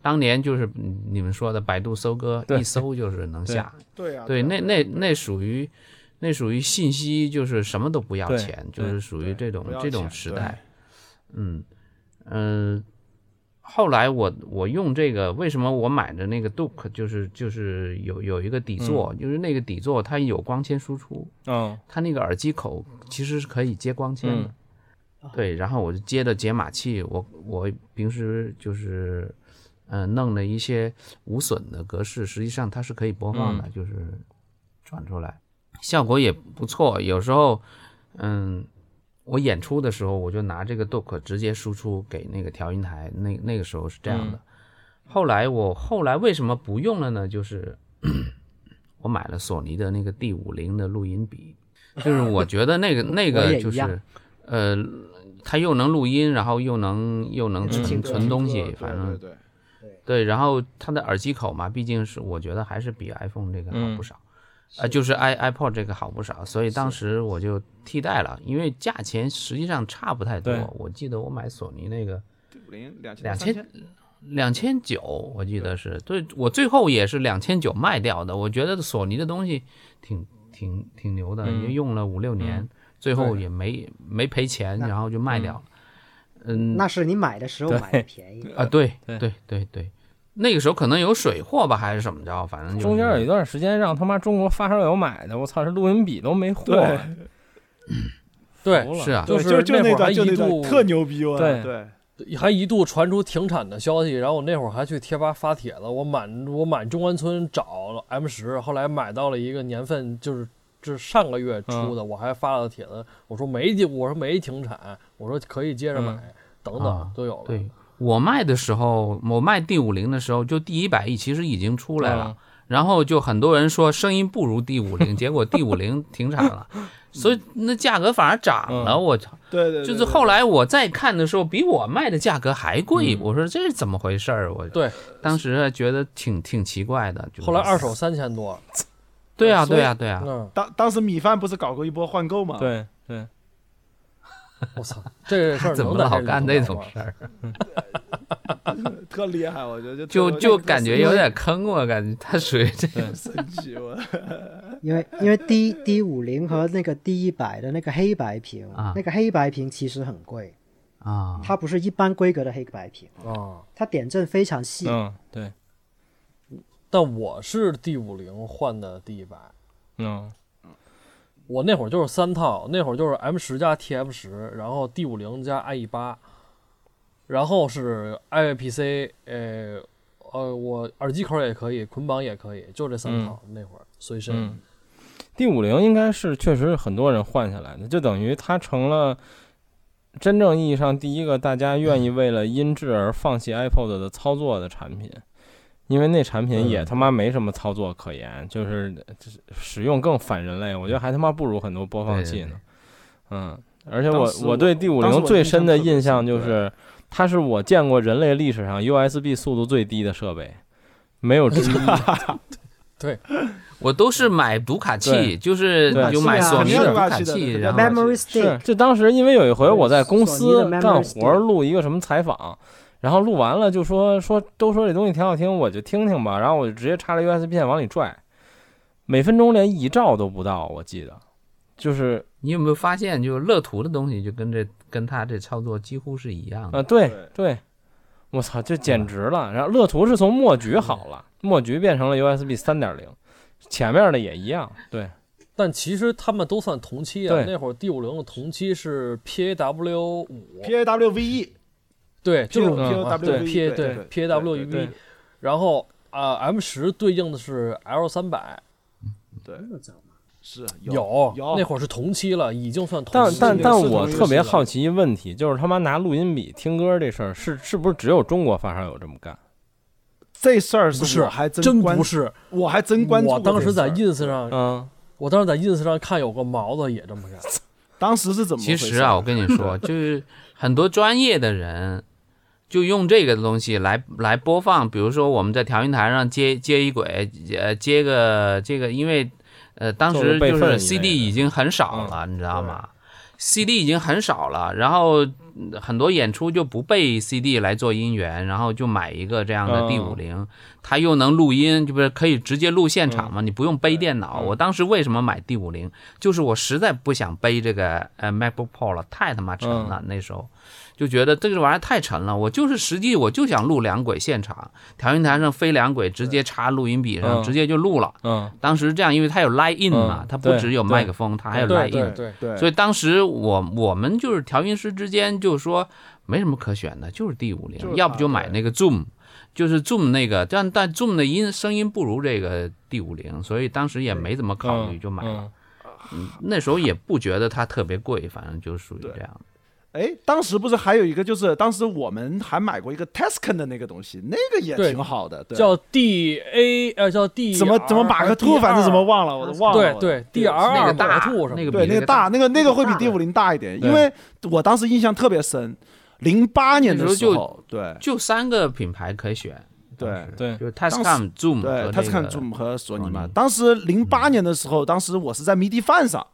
C: 当年就是你们说的百度搜歌，
A: 对
C: 一搜就是能
A: 对
C: 下。
E: 对啊，
C: 对，那那那属于那属于信息，就是什么都不要
A: 对
C: 钱，就
A: 对
C: 是属于这种
E: 不要
C: 这种
E: 钱
C: 时代。嗯嗯、后来我我用这个，为什么我买的那个 Duke 就是就是有有一个底座，
E: 嗯
C: 就是那个底座它有光纤输出，
A: 嗯
C: 它那个耳机口其实是可以接光纤的。对，然后我就接的解码器，我我平时就是，嗯、弄了一些无损的格式，实际上它是可以播放的，就是转出来，效果也不错。有时候，嗯，我演出的时候，我就拿这个 Dock 直接输出给那个调音台，那那个时候是这样的。后来我后来为什么不用了呢？就是嗯我买了索尼的那个 D 五零的录音笔，就是我觉得 那个那
D: 我
C: 个
D: 也
C: 就
D: 一样
C: 是，呃，它又能录音，然后又能又能
A: 嗯
C: 存
D: 听歌
C: 存东西，反
E: 对
C: 正
E: 对
C: 对，然后它的耳机口嘛，毕竟是我觉得还是比 iPhone 这个好
A: 嗯
C: 不少，呃，就是 i iPod 这个好不少，所以当时我就替代了，因为价钱实际上差不太多
A: 对。
C: 我记得我买索尼那个
E: 对，零两千
C: 两
E: 千
C: 千两千九，我记得是对我最后也是两千九卖掉的。我觉得索尼的东西挺挺挺牛的，
A: 嗯
C: 也用了五六年，最后也没没赔钱，然后就卖掉了。嗯，
D: 那是你买的时候
A: 对
D: 买的便宜，
C: 啊，对
A: 对
C: 对对对，那个时候可能有水货吧，还是怎么着，反正就是
A: 中间有一段时间让他妈中国发烧友买的，我操，这录音笔都没货，
E: 对
B: 对，
A: 服了
C: 是啊，
E: 对
B: 就是
E: 就就
B: 那会儿
E: 段
B: 还
E: 就
B: 一
E: 那段
B: 度
E: 特牛逼，我啊
A: 对
E: 对，
B: 还一度传出停产的消息，然后我那会儿还去贴吧发帖子，我满我满中关村找了 M 十，后来买到了一个年份就是就是上个月
E: 嗯
B: 出的，我还发了帖子，我说没停，我说没停产，我说可以接着买，
E: 嗯
B: 等
C: 啊
B: 等都有了。
C: 对我卖的时候，我卖 D 五零的时候，就第一百亿其实已经出来
A: 哦
C: 了，然后就很多人说声音不如 D 五零，结果 D 五零停产了，所以那价格反而涨了，我操！
E: 对对，
C: 就是后来我再看的时候，比我卖的价格还贵，我说这是怎么回事儿？我
B: 对
C: 当时还觉得挺挺奇怪的。就是
B: 后来二手三千多，
C: 对啊
B: 所以
C: 对啊对啊，
B: 嗯，
E: 当当时米饭不是搞过一波换购吗？，
A: 嗯对对，
B: 我操，这事 儿
C: 怎
B: 能
C: 么
B: 在
C: 老
B: 里
C: 干
B: 头
C: 这
B: 吗
C: 种事儿？
E: 特厉害，我觉得
C: 就
E: 特
C: 就
E: 特
C: 感觉有点坑我，感觉它属于这
E: 神奇，我
D: 因为因为 D D 五零和那个 D 一百的那个黑白屏，
C: 啊
D: 那个黑白屏其实很贵，
C: 啊，
D: 它不是一般规格的黑白屏，
B: 啊？
D: 它点阵非常细，
A: 嗯对，
B: 但我是 D 五零换的 D 一百，
A: 嗯
B: 我那会儿就是三套，那会儿就是 M 十加 TF 十，然后 D 五零加 IE 八，然后是 IPC，呃呃，我耳机口也可以，捆绑也可以，就这三套、那会儿随身。
A: 嗯，D 五零应该是确实很多人换下来的，就等于它成了真正意义上第一个大家愿意为了音质而放
E: 嗯
A: 弃 iPod 的操作的产品，因为那产
E: 嗯
A: 品也他妈没什么操作可言，就是就是使用更反人类，我觉得还他妈不如很多播放器呢。嗯，而且
E: 当
A: 我
E: 时
A: 我
E: 我
A: 对 D 五
E: 当时我
A: 零最深的印象
E: 印象
A: 就
E: 特别深
A: 是，它是我见过人类历史上 USB 速度最低的设备，没 有之一。
C: 我都是买读卡器，
A: 对
C: 就是
A: 对
C: 你就买
D: 是啊
C: 索尼
A: 肯定
C: 的
A: 是
C: 读
E: 吧
C: 卡
E: 是的
C: 器，
E: 肯定
C: 然后
E: 是
D: memory
A: 是
D: stick，，
A: 就当时因为有一回
D: 对
A: 我在公
D: 索
A: 司
D: 尼的 memory
A: 干活
D: stick
A: 录一个什么采访，然后录完了就说说都说这东西挺好听，我就听听吧，然后我就直接插着 USB 线往里拽，每分钟连一兆都不到，我记得，就是
C: 你有没有发现，就是乐图的东西就跟这跟它这操作几乎是一样
E: 嗯
A: 啊、
C: 的？
A: 对
E: 对
A: 对，我操，这
E: 嗯
A: 简直了！然后乐图是从墨菊好了，墨菊变成了 USB 三点零，前面的也一样，对，
B: 但其实他们都算同期啊
A: 对，
B: 那会儿 D 五零的同期是 PAW 五，
E: P A W V E
B: 对，就是啊
E: P A
A: 嗯
E: W
A: 对
E: V E
B: P A
E: 对
B: P A W
E: 对
B: V，然 E 后啊、M 十对应的是 L 三百，
E: 对
D: 那么早吗
E: 是
B: 有
E: 有
B: 那会儿是同期了，已经算同
A: 但
B: 期了。
A: 但
E: 是
A: 但
E: 是
A: 我
E: 同一个
A: 特别
E: 时代
A: 好奇一问题，就是他妈拿录音笔听歌这事儿，是是不是只有中国发烧友这么干？
E: 这事儿
B: 不是
E: 我还
B: 真
E: 关
B: 不，是，
E: 我还真关注
B: 我
E: 过这事儿。
B: 当时在 ins 上，
A: 嗯。
B: 我当时在 ins 上看有个毛子也这么干，
E: 当时是怎么回
C: 其
E: 事？
C: 实啊，我跟你 说，就是很多专业的人就用这个东西来来播放，比如说我们在调音台上接接一轨，呃，接个这个，因为呃，当
A: 做个
C: 时
A: 备
C: 就
A: 份以
C: 是
A: 类
C: CD
A: 的嗯
C: 已经很少了，你知道吗？CD 已经很少了，然后嗯很多演出就不备 CD 来做音源，然后就买一个这样的
A: 嗯
C: D 五零，它又能录音，就不是可以直接录现场嘛？你不用背电脑。
A: 嗯
C: 我当时为什么买 D 五零？就是我实在不想背这个呃 MacBook Pro 了，太他妈沉了。那时候就觉得这个玩意儿太沉了，我就是实际我就想录两轨现场，调音台上飞两轨，直接插录音笔上，
A: 嗯
C: 直接就录了。
A: 嗯
C: 当时这样，因为它有 line in 嘛
A: 嗯，
C: 它不只有
A: 对
C: 麦克风，它还有
B: 对
C: line
B: 对
C: in。
B: 对，
E: 对，
C: 所以当时我我们就是调音师之间就说没什么可选的，就是 D 五
E: 就是
C: 零，
E: 它
C: 要不就买那个 Zoom，就是 Zoom 那个，但但 Zoom 的音声音不如这个 D 五零，所以当时也没怎么考虑
A: 嗯
C: 就买了。
A: 嗯
C: 嗯那时候也不觉得它特别贵，反正就属于
E: 对
C: 这样。
E: 哎，当时不是还有一个，就是当时我们还买过一个 Tascam 的那个东西，那个也
B: 对
E: 挺好的，对，
B: 叫 D A 呃叫 D
E: 怎么怎么马克兔，反正怎么忘了，我都忘了。
B: 对
E: 我
B: 对 D
E: 对
C: 那
B: R
C: 个
B: 二马
C: 大
B: 克兔什么
C: 那个
B: 的
C: 比
E: 对，
C: 那
E: 那个
C: 个
E: 大，
C: 大
E: 那个那个会比
D: 大
E: D 五零大一点，
B: 对
E: 因为我当时印象特别深，零八年的
C: 那时
E: 时
C: 候就
E: 候，对
C: 就三个品牌可以选，
E: 对
C: 当时
A: 对
C: 就是
E: 时
C: Tascam、Zoom
E: 对
C: 嗯和那
E: ，Tascam
C: 个
E: Zoom 和索尼嘛
C: 索。尼
E: 当时零八年的时候，当时我是在迷笛饭上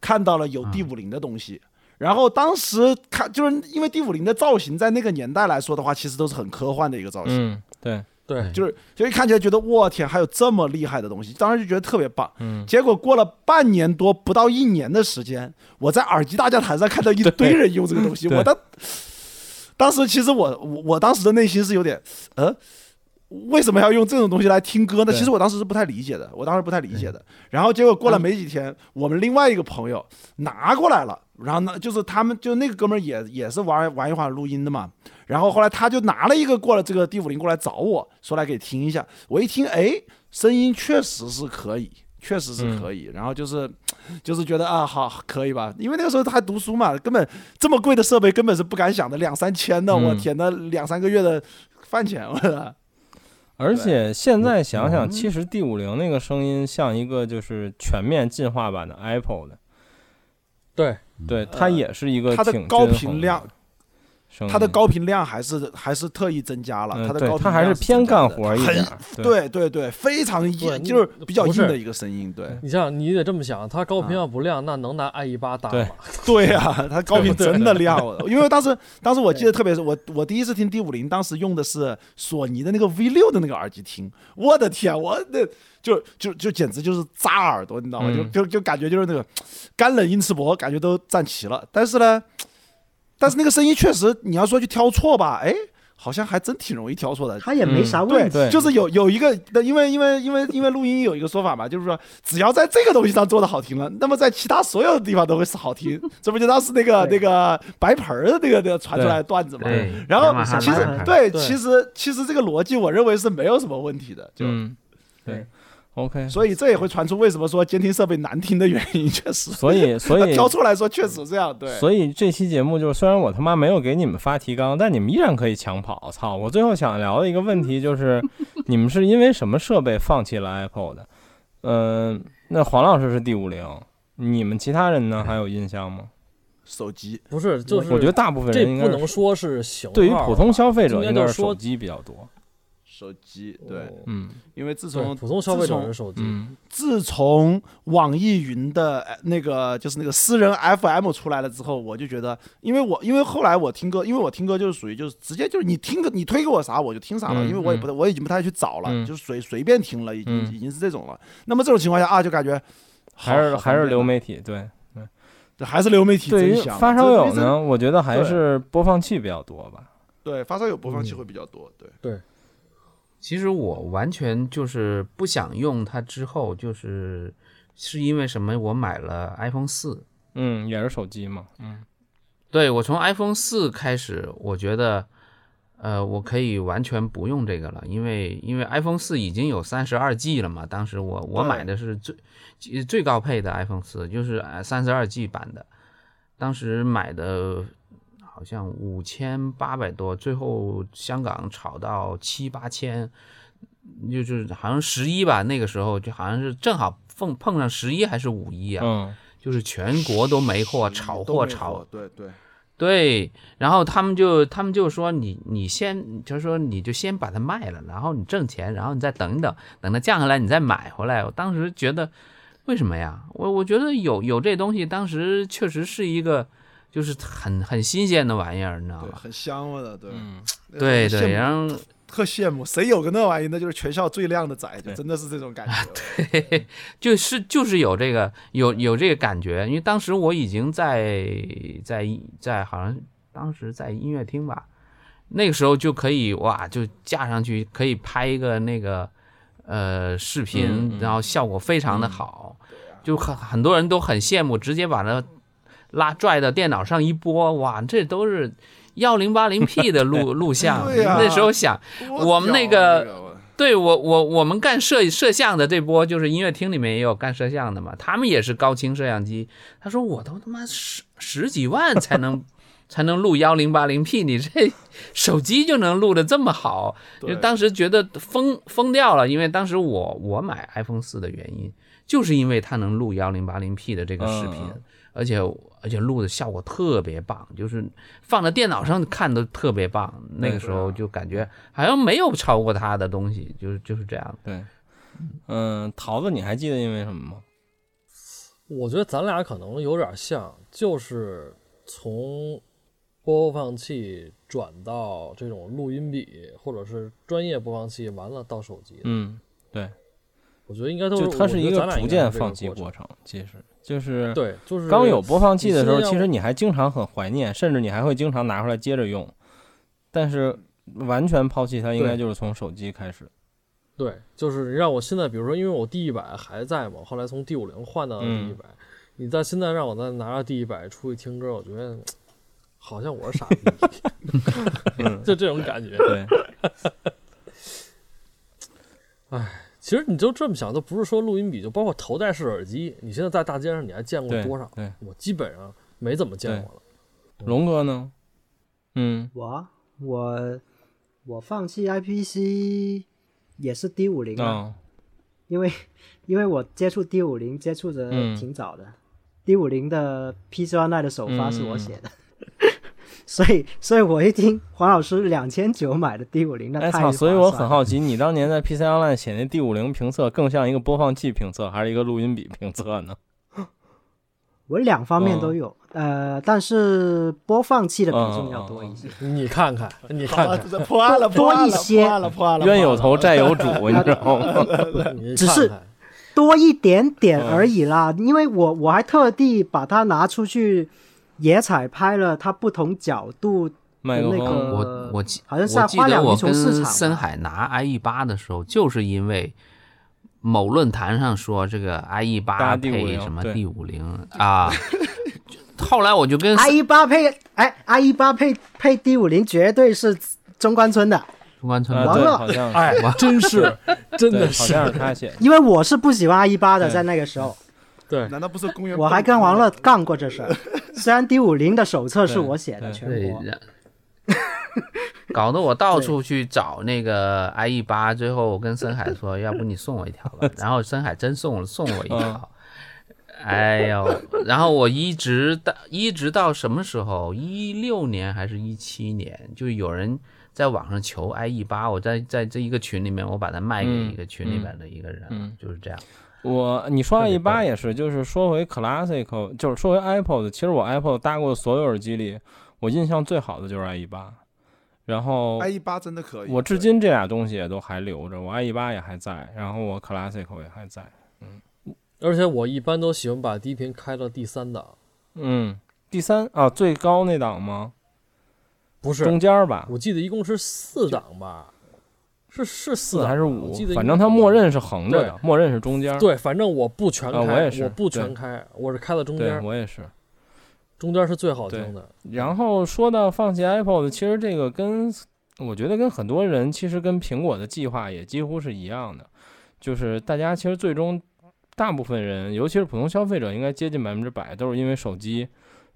E: 看到了有 D 五零的东西。然后当时看，就是因为 D 五零的造型，在那个年代来说的话，其实都是很科幻的一个造型。
A: 嗯，对，
B: 对
E: 就是就一看起来觉得我天，还有这么厉害的东西，当时就觉得特别棒。
A: 嗯，
E: 结果过了半年多，不到一年的时间，我在耳机大家谈上看到一堆人用这个东西，
A: 对
E: 我当当时其实我我我当时的内心是有点呃。为什么要用这种东西来听歌呢？
A: 对
E: 其实我当时是不太理解的，我当时不太理解的。然后结果过了没几天，我们另外一个朋友拿过来了，然后呢，就是他们就那个哥们儿也也是玩玩一会儿录音的嘛，然后后来他就拿了一个过了这个 D 五零过来找我说来给听一下，我一听哎，声音确实是可以，确实是可以，然后就是就是觉得啊好可以吧，因为那个时候他还读书嘛，根本这么贵的设备根本是不敢想的，两三千的，
A: 嗯
E: 我天呐，两三个月的饭钱，我操
A: 而且现在想
E: 嗯
A: 想，其实 D 五零那个声音像一个就是全面进化版的 Apple 的，
B: 对
A: 对，它也是一个
E: 嗯它的
A: 挺
E: 高
A: 均衡
E: 频量，
A: 声音，
E: 它的高频量还是还是特意增加了，
A: 嗯，
E: 它的
A: 对
E: 高频
A: 它还
E: 量
A: 是偏
E: 增加
A: 干
E: 的
A: 活一
E: 很
A: 点儿，
E: 对对对，非常
B: 对
E: 硬，就是比较
B: 不
E: 硬
B: 是
E: 的一个声音，对
B: 你像你得这么想，它
C: 嗯
B: 高频要不亮，那能拿 i 一八搭
A: 对
B: 吗？
E: 对啊，它高频真的亮，我因为当时当时我记得特别是我我第一次听 D 五零，当时用的是索尼的那个 V 六的那个耳机听，我的天，我那就就就简直就是扎耳朵，你知道吗？就
A: 嗯
E: 就就感觉就是那个干冷硬翅脖，感觉都站齐了。但是呢，但是那个声音确实，你要说去挑错吧，哎，好像还真挺容易挑错的。
D: 他也没啥问
E: 对
D: 题。
A: 嗯对
E: 就是有有一个，因为因为因为因为录音有一个说法嘛，就是说只要在这个东西上做的好听了，那么在其他所有的地方都会是好听。 这不就当时那个那
D: 对
E: 个白盆儿的那个那个传出来的段子嘛？
C: 对，
E: 然后
C: 雅马哈
E: 其
D: 白
E: 实
D: 盆儿
E: 对，
B: 对
E: 其实其实这个逻辑我认为是没有什么问题的，就、
A: 嗯，对
D: 对
A: ，OK，
E: 所以这也会传出为什么说监听设备难听的原因，确实
A: 所以 所以
E: 挑出来说确实这样，对。
A: 所以这期节目就是，虽然我他妈没有给你们发提纲，但你们依然可以抢跑。操！我最后想聊的一个问题就是，你们是因为什么设备放弃了 Apple 的？嗯、那黄老师是 D 五零，你们其他人呢还有印象吗？
E: 手机
B: 不是，就是
A: 我觉得大部分
B: 这
A: 人应
B: 不
A: 该
B: 能
A: 是
B: 说是型号，
A: 对于普通消费者
B: 应该
A: 应该
B: 就是是说
A: 手机比较多。
E: 手机对，
B: 嗯
A: 嗯
E: 因为自
B: 对
E: 从
B: 普通消费
E: 自
B: 者
E: 从
B: 是手机，
A: 嗯
E: 自从网易云的呃那个就是那个私人 FM 出来了之后，我就觉得，因为我因为后来我听歌，因为我听歌就是属于就是直接就是你听个你推给我啥我就听啥了，
A: 嗯
E: 因为我也不太我已经不太去找了，
A: 嗯
E: 就是随随便听了，已经、
A: 嗯
E: 已经是这种了。那么这种情况下啊，就感觉好
A: 还是
E: 好
A: 还是
E: 方便
A: 流
E: 啊
A: 媒体对。
E: 还是流媒体
A: 对于
E: 真香。
A: 发烧友
E: 这这
A: 呢，我觉得还
E: 对
A: 是播放器比较多吧。
E: 对发烧友播放器会比较多，对
C: 其实我完全就是不想用它，之后就是是因为什么？我买了 iPhone 四，
A: 嗯，也是手机嘛。嗯
C: 对我从 iPhone 四开始，我觉得，呃，我可以完全不用这个了，因为因为 iPhone 四已经有三十二 G 了嘛。当时我我
E: 对
C: 买的是最最最高配的 iPhone 四，就是呃三十二 G 版的，当时买的好像五千八百多，最后香港炒到七八千，就是好像十一吧，那个时候就好像是正好碰碰上十一还是五一啊，
A: 嗯
C: 就是全国都没货，炒
E: 嗯都
C: 货
E: 没
C: 炒
E: 对对
C: 对，然后他们就他们就说你你先，就是说你就先把它卖了，然后你挣钱，然后你再等一等，等它降下来你再买回来。我当时觉得为什么呀？我我觉得有有这东西，当时确实是一个就是很很新鲜的玩意儿，你知道
E: 对，
C: 吗？
E: 很香嘛的，对
A: 嗯，
C: 对
E: 羡慕
C: 对，然后
E: 特羡慕，谁有个那玩意，那就是全校最靓的仔，就真的是这种感觉。
C: 就是就是有这个有有这个感觉，因为当时我已经在在在好像当时在音乐厅吧，那个时候就可以哇，就架上去可以拍一个那个呃视频，
A: 嗯嗯
C: 然后效果非常的好，就很很多人都很羡慕，直接把它拉拽到电脑上一播，哇，这都是幺零八零 P 的录录像，
E: 对呀
C: 那时候想。
E: 多
C: 我们
E: 屌啊
C: 那个
E: 这我
C: 对我我我们干摄摄像的这波，就是音乐厅里面也有干摄像的嘛，他们也是高清摄像机。他说我都他妈十十几万才能才能录幺零八零 P，你这手机就能录的这么好，就
E: 对
C: 当时觉得疯疯掉了，因为当时我我买 iPhone 四的原因，就是因为它能录幺零八零 P 的这个视频
A: 嗯嗯，
C: 而且而且录的效果特别棒，就是放在电脑上看都特别棒。那个时候
D: 啊
C: 就感觉好像没有超过它的东西，就是就是这样。
A: 对，嗯，桃子，你还记得因为什么吗？
B: 我觉得咱俩可能有点像，就是从播放器转到这种录音笔或者是专业播放器，完了到手机，
A: 嗯，
B: 我觉得应该都
A: 就是它
B: 我
A: 是
B: 觉
A: 一
B: 得
A: 个
B: 咱俩
A: 逐
B: 应该
A: 渐
B: 是这个
A: 放弃
B: 过
A: 过程，其实就是
B: 程。对，就是
A: 刚有播放器的时候，
B: 你现在
A: 其实你还经常很怀念，甚至你还会经常拿出来接着用，但是完全抛弃它，应该
B: 对
A: 就是从手机开始。
B: 对，就是让我现在，比如说，因为我 D 一百还在嘛，后来从 D 五零换到了 D 一
A: 嗯
B: 百、你在现在让我再拿着 D 一百出去听歌，我觉得好像我是傻逼，
A: 嗯，
B: 就这种感觉。
A: 对，
B: 其实你就这么想，就不是说录音笔，就包括头戴式耳机，你现在在大街上你还见过
A: 对
B: 多少？
A: 对，
B: 我基本上没怎么见过了。
A: 龙哥呢？嗯，
D: 我我我放弃 IPC 也是 D 五零啊，
A: 哦，
D: 因为因为我接触 D 五零接触的
A: 嗯
D: 挺早的、d 五零的 PC Online 的首发是我
A: 嗯
D: 写的， 所以所以我一听黄老师两千九买的 D 五零，那
A: 哎
D: 太
A: 操！
D: 划
A: 所以我很
D: 算
A: 好奇，你当年在 PC Online 写那 D 五零评测，更像一个播放器评测，还是一个录音笔评测呢？
D: 我两方面都
A: 嗯
D: 有，呃，但是播放器的比重
A: 嗯
D: 要多一些。
B: 你看看，你看看，
E: 啊破案了，破
D: 多
E: 案
D: 一
E: 了，
D: 些
E: 破案了，破案了，
A: 冤有头，债 有主，你知道吗？
B: 你
D: 只
B: 看
D: 是
B: 看，
D: 多一点点
A: 嗯
D: 而已啦。因为我我还特地把它拿出去野采拍了它不同角度，
A: 麦克
D: 那个
A: 风，
C: 我我记
D: 呃好像是
C: 我记
D: 花
C: 得
D: 两
C: 我
D: 鱼虫市
C: 跟
D: 场吧
C: 森海拿 IE 八的时候，就是因为某论坛上说这个 IE 八
A: 搭 D50
C: 配什么
A: 对
C: D 五零啊，就后来我就 跟
D: i 一八配哎 i 一八配配 D 五零绝对是中关村的，
C: 中关村
A: 啊，
C: 的
A: 对，
D: 完了
A: 好 像是，
B: 哎，真 是，真
A: 对，
B: 的
A: 好
B: 是，
A: 像是他写的。
D: 因为我是不喜欢 i 一八的，
A: 对嗯
D: 在那个时候
B: 对，
E: 难道不是公园？
D: 我还跟王乐干过这事 儿。虽然 D 五零的手册是我写的，
A: 对
D: 全
C: 对
D: 国，
C: 然 搞得我到处去找那个 IE 八，最后我跟森海说，要不你送我一条吧。然后森海真送了送我一条，哎呦，然后我一直到一直到什么时候？一六年还是一七年？就有人在网上求 IE 八，我在在这一个群里面，我把它卖给
A: 嗯
C: 一个群里面的一个人，
A: 嗯
C: 就是这样。
A: 我你说
C: 特
A: i
C: 别
A: 一八
C: 棒
A: 也是，就是说回 classic，就是说回 Apple 的，其实我 Apple 搭过的所有耳机里，我印象最好的就是 i 一八，然后
B: 哎
E: i 一八真的可以，
A: 我至今这俩东西也都还留着，我 i 一八也还在，然后我 classic 也还在，
B: 而且我一般都喜欢把低频开到第三档，
A: 嗯，第三啊最高那档吗？
B: 不是，
A: 中间儿吧，
B: 我记得一共是四档吧，是是四
A: 四
B: 档
A: 还是
B: 吧
A: 五
B: 我记得，应该
A: 反正它默认是横着的
B: 对，
A: 默认是中间儿。
B: 对，反正我不全开，
A: 啊我也是
B: 不全开，我是开到中
A: 对，
B: 间，
A: 我也是。
B: 中间是最好听的。
A: 然后说到放弃 Apple 的，其实这个跟我觉得跟很多人其实跟苹果的计划也几乎是一样的，就是大家其实最终大部分人，尤其是普通消费者，应该接近百分之百都是因为手机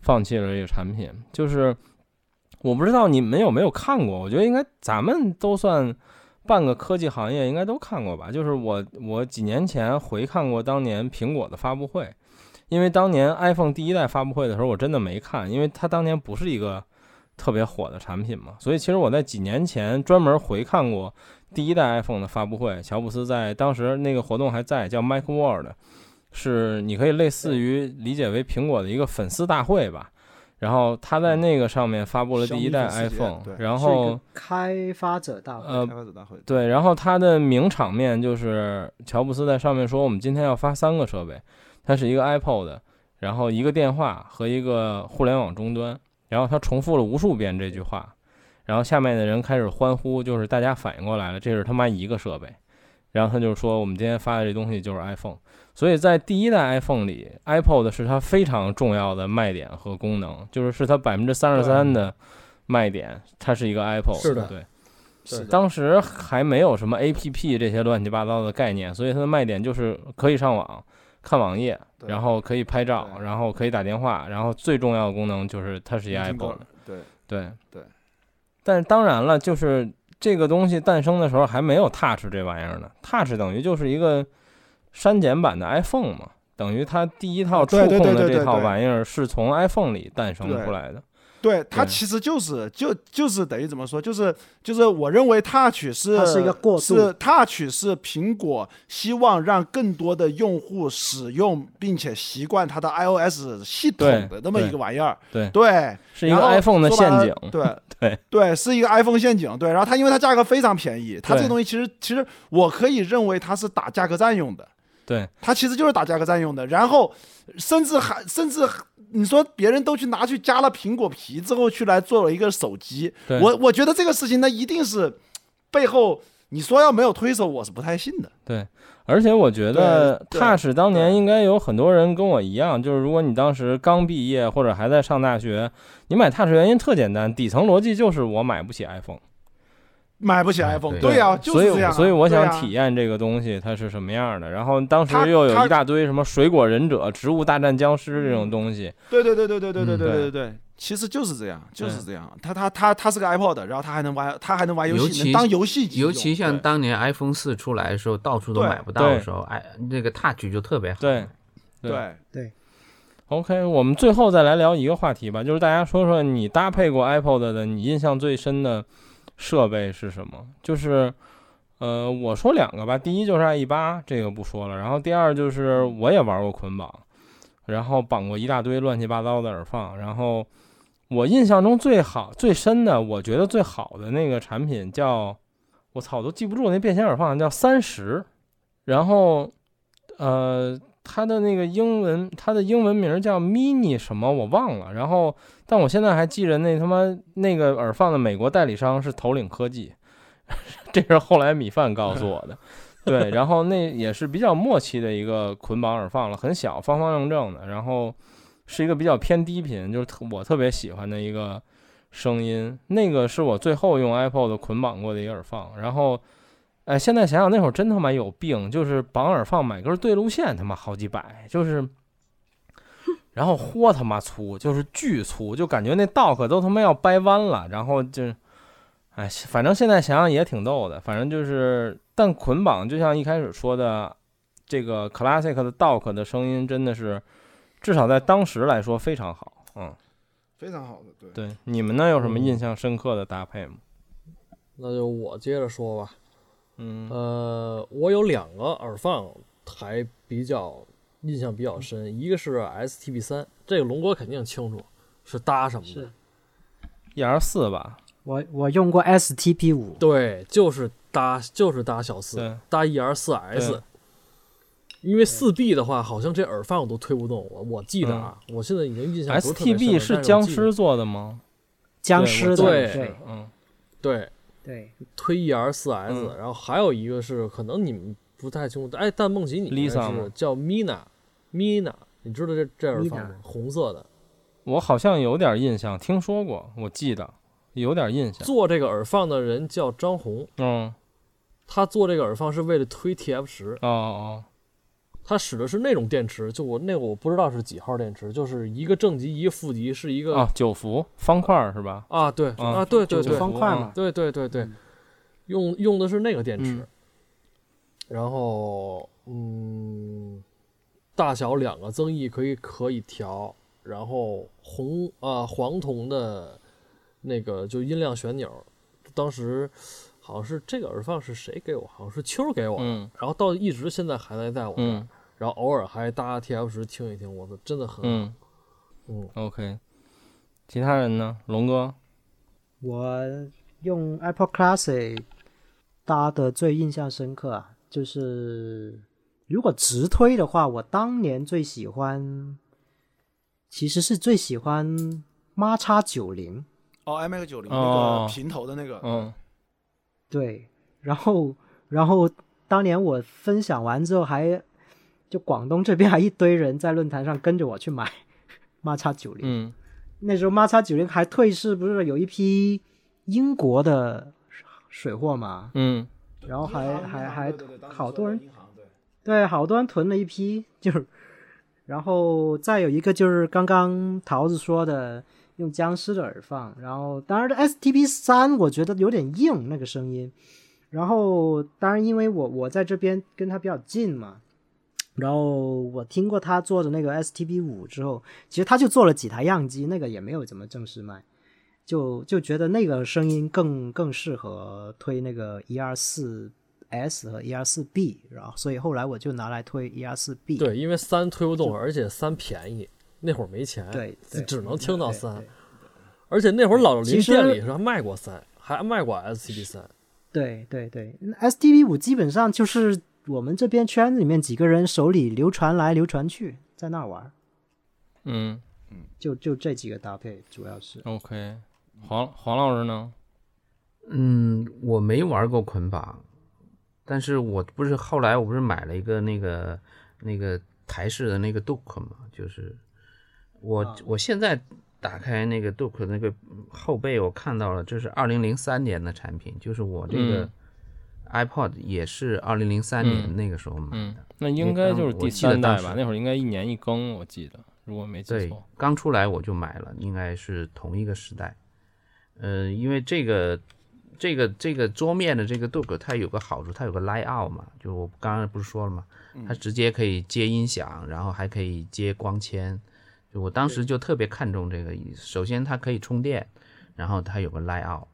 A: 放弃了这个产品。就是我不知道你们有没有看过，我觉得应该咱们都算半个科技行业，应该都看过吧。就是我我几年前回看过当年苹果的发布会，因为当年 iPhone 第一代发布会的时候，我真的没看，因为它当年不是一个特别火的产品嘛，所以其实我在几年前专门回看过第一代 iPhone 的发布会。乔布斯在当时那个活动还在，叫 Mike World，是你可以类似于理解为苹果的一个粉丝大会吧。然后他在那个上面发布了第一代
E: 嗯小米粉丝节
A: iPhone，
E: 对
A: 然
D: 是一
A: 后
D: 个开发者大会。
A: 呃
E: 开发者大会，
A: 对，然后它的名场面就是乔布斯在上面说，我们今天要发三个设备，它是一个 iPod，然后一个电话和一个互联网终端。然后他重复了无数遍这句话，然后下面的人开始欢呼，就是大家反应过来了，这是他妈一个设备。然后他就说，我们今天发的这东西就是 iPhone。所以在第一代 iPhone 里，iPod 是它非常重要的卖点和功能，就是是它百分之三十三的卖点，它是一个 iPod。
B: 是的
A: 对。
E: 是的，
A: 当时还没有什么 APP 这些乱七八糟的概念，所以它的卖点就是可以上网、看网页，
E: 对
A: 然后可以拍照，
E: 对
A: 然后可以打电话，然后最重要的功能就是它是一
E: 能听
A: Apple
E: 歌
A: 的。
E: 对
A: 对
E: 对。
A: 但是当然了，就是这个东西诞生的时候还没有 Touch 这玩意儿呢，Touch 等于就是一个删减版的 iPhone 嘛，等于它第一套触
E: 啊对对
A: 控
E: 对
A: 的
E: 对
A: 这
E: 对
A: 套
E: 对
A: 玩意儿是从 iPhone 里诞生
E: 对
A: 出来的。
E: 对，它
A: 对
E: 其实就是就就是等于怎么说，就是就是我认为 Touch 是
D: 它是一个过渡
E: 是 Touch 是苹果希望让更多的用户使用并且习惯它的 iOS 系统
A: 对
E: 的那么
A: 对
E: 一个玩意儿。
A: 对
E: 对，
A: 是一个
E: 然后
A: iPhone 的
E: 说白
A: 陷
E: 了
A: 阱。
E: 对
A: 对
E: 对，是一个 iPhone 陷阱。对，然后它因为它价格非常便宜，它这
A: 对
E: 个东西其实其实我可以认为它是打价格战用的。
A: 对，
E: 它其实就是打价格战用的。然后甚至还甚至你说别人都去拿去加了苹果皮之后去来做了一个手机，
A: 对
E: 我我觉得这个事情那一定是背后你说要没有推手，我是不太信的。
A: 而且我觉得
E: 对对
A: Touch 当年
E: 对
A: 应该有很多人跟我一样，就是如果你当时刚毕业或者还在上大学，你买 Touch 原因特简单，底层逻辑就是我买不起 iPhone，
E: 买不起
C: 哎
E: iPhone，
C: 对
E: 对呀、就
A: 所
E: 是
A: 以
E: 这样啊、
A: 所以我
E: 对
A: 想
E: 啊
A: 体验这个东西它是什么样的。然后当时
E: 它
A: 又有
E: 它
A: 一大堆什么水果忍者、植物大战僵尸这种东西，
E: 对对对对对对对
C: 嗯
E: 对对
A: 对
E: 对对，其实就是这样，就是
A: 对
E: 这样。它它它它是个 iPod，然后它还能玩，它还能玩游
C: 尤
E: 戏，
C: 其
E: 能当游戏机用。
C: 尤其像
E: 对
C: 当年 iPhone 四出来的时候，到处都
E: 对
C: 买不到的时候，哎，那个 Touch 就特别好。
A: 对。对
E: 对
A: OK，我们最后再来聊一个话题吧，就是大家说说你搭配过 iPod 的，你印象最深的设备是什么？就是，呃，我说两个吧，第一就是 IE 八，这个不说了，然后第二就是我也玩过捆绑，然后绑过一大堆乱七八糟的耳放，然后我印象中最好最深的，我觉得最好的那个产品叫，我操，都记不住那便携耳放叫三十，然后，呃，它的那个英文，它的英文名叫 mini 什么我忘了。然后，但我现在还记着那他妈那个耳放的美国代理商是头领科技， 这是后来米饭告诉我的。对，然后那也是比较末期的一个捆绑耳放了，很小，方方正正的，然后是一个比较偏低频，就是特我特别喜欢的一个声音。那个是我最后用 iPod 捆绑过的一个耳放，然后。哎，现在想想那会儿真他妈有病，就是绑耳放买根对路线，他妈好几百，就是，然后豁他妈粗，就是巨粗，就感觉那道可都他妈要掰弯了，然后就，哎，反正现在想想也挺逗的，反正就是，但捆绑就像一开始说的，这个 classic 的 dock 的声音真的是，至少在当时来说非常好，嗯，
E: 非常好的，对
A: 对，你们呢有什
B: 嗯
A: 么印象深刻的搭配吗？
B: 那就我接着说吧。
A: 嗯
B: 呃，我有两个耳放还比较印象比
A: 嗯
B: 较深，一个是 STB 三，这个龙哥肯定清楚，是搭什么的
D: 是？
A: ，E R 四吧，
D: 我我用过 STP 五，
B: 对，就是搭就是搭小四，
A: 对
B: 搭 ER 四 S
A: 对。
B: 因为四 B 的话，好像这耳放我都推不动。我我记得啊，
A: 嗯
B: 我现在已经印象不是特别深了
A: ，STB 是僵。
B: 但我
A: 尸
B: 记
A: 做的吗？
D: 僵尸的
B: 对我
D: 对
A: 嗯，
B: 得对，
D: 对，
B: 推 ER 四 S，、
A: 嗯
B: 然后还有一个是可能你们不太清楚，哎，但梦琪你应该
A: Lisa
B: 是
A: 吗
B: 叫 Mina，Mina，你知道这这耳放
D: Mina
B: 吗？红色的，
A: 我好像有点印象，听说过，我记得有点印象。
B: 做这个耳放的人叫张红，
A: 嗯，
B: 他做这个耳放是为了推 TF 十，
A: 哦哦，
B: 他使的是那种电池，就我那个我不知道是几号电池，就是一个正极一个负极，是一个
A: 哦，九伏方块儿是吧？
B: 啊对
A: 嗯
B: 啊对对
D: 就
B: 对
D: 方块嘛，
B: 对对对对
D: 嗯，
B: 用用的是那个电池，
A: 嗯
B: 然后嗯，大小两个增益可以可以调，然后红啊、黄铜的那个就音量旋钮，当时好像是这个耳放是谁给我？好像是秋儿给我的，
A: 嗯
B: 然后到一直现在还在在我这儿，
A: 嗯
B: 然后偶尔还搭 TF 十听一听，我的真的很好
A: 嗯
B: 嗯
A: ，OK。其他人呢？龙哥，
D: 我用 Apple Classic 搭的最印象深刻啊，就是如果直推的话，我当年最喜欢，其实是最喜欢孖叉九零，
E: 哦，iMac 九零那
A: 哦
E: 个平头的那个，
A: 嗯
D: 对，然后然后当年我分享完之后还。就广东这边还一堆人在论坛上跟着我去买孖叉九零，
A: 嗯
D: 那时候 m 叉九零还退市，不是有一批英国的水货嘛？
A: 嗯，
D: 然后还
E: 银行
D: 还
E: 银行
D: 还
E: 对对对当时
D: 好
E: 说
D: 多
E: 的
D: 人
E: 银行对
D: 对，好多人囤了一批，就是，然后再有一个就是刚刚桃子说的用僵尸的耳放，然后当然这 STP 三我觉得有点硬那个声音，然后当然因为我我在这边跟他比较近嘛，然后我听过他做的那个 STP 五之后，其实他就做了几台样机，那个也没有怎么正式卖，就就觉得那个声音更更适合推那个一二四 S 和一二四 B，然后所以后来我就拿来推一二四 B，
B: 对，因为三推不动，而且三便宜，那会儿没钱，
D: 对对
B: 只能听到
D: 对
B: 三，而且那会儿老林
D: 其实
B: 店里是还卖过三，还卖过 SCP 三，
D: 对对对，STV 五基本上就是我们这边圈子里面几个人手里流传来流传去，在那儿玩儿，
A: 嗯
D: 就就这几个搭配主要是。
A: ，OK。黄黄老师呢？
C: 嗯，我没玩过捆绑，但是我不是后来我不是买了一个那个那个台式的那个 Dock 嘛，就是我、
D: 啊
C: 我现在打开那个 Dock 那个后背，我看到了这是二零零三年的产品，就是我这个
A: 嗯
C: iPod 也是二零零三年那个时候买的。
A: 嗯，那应该就是第三
C: 我
A: 代
C: 记得
A: 吧
C: 当？时
A: 那会儿应该一年一更，我记得，如果没记
C: 对
A: 错。，
C: 刚出来我就买了，应该是同一个时代。呃，因为这个这个这个桌面的这个 Dock 它有个好处，它有个 layout 嘛，就我刚刚不是说了嘛，
A: 嗯
C: 它直接可以接音响，然后还可以接光纤。就我当时就特别看重这个，首先它可以充电，然后它有个 layout。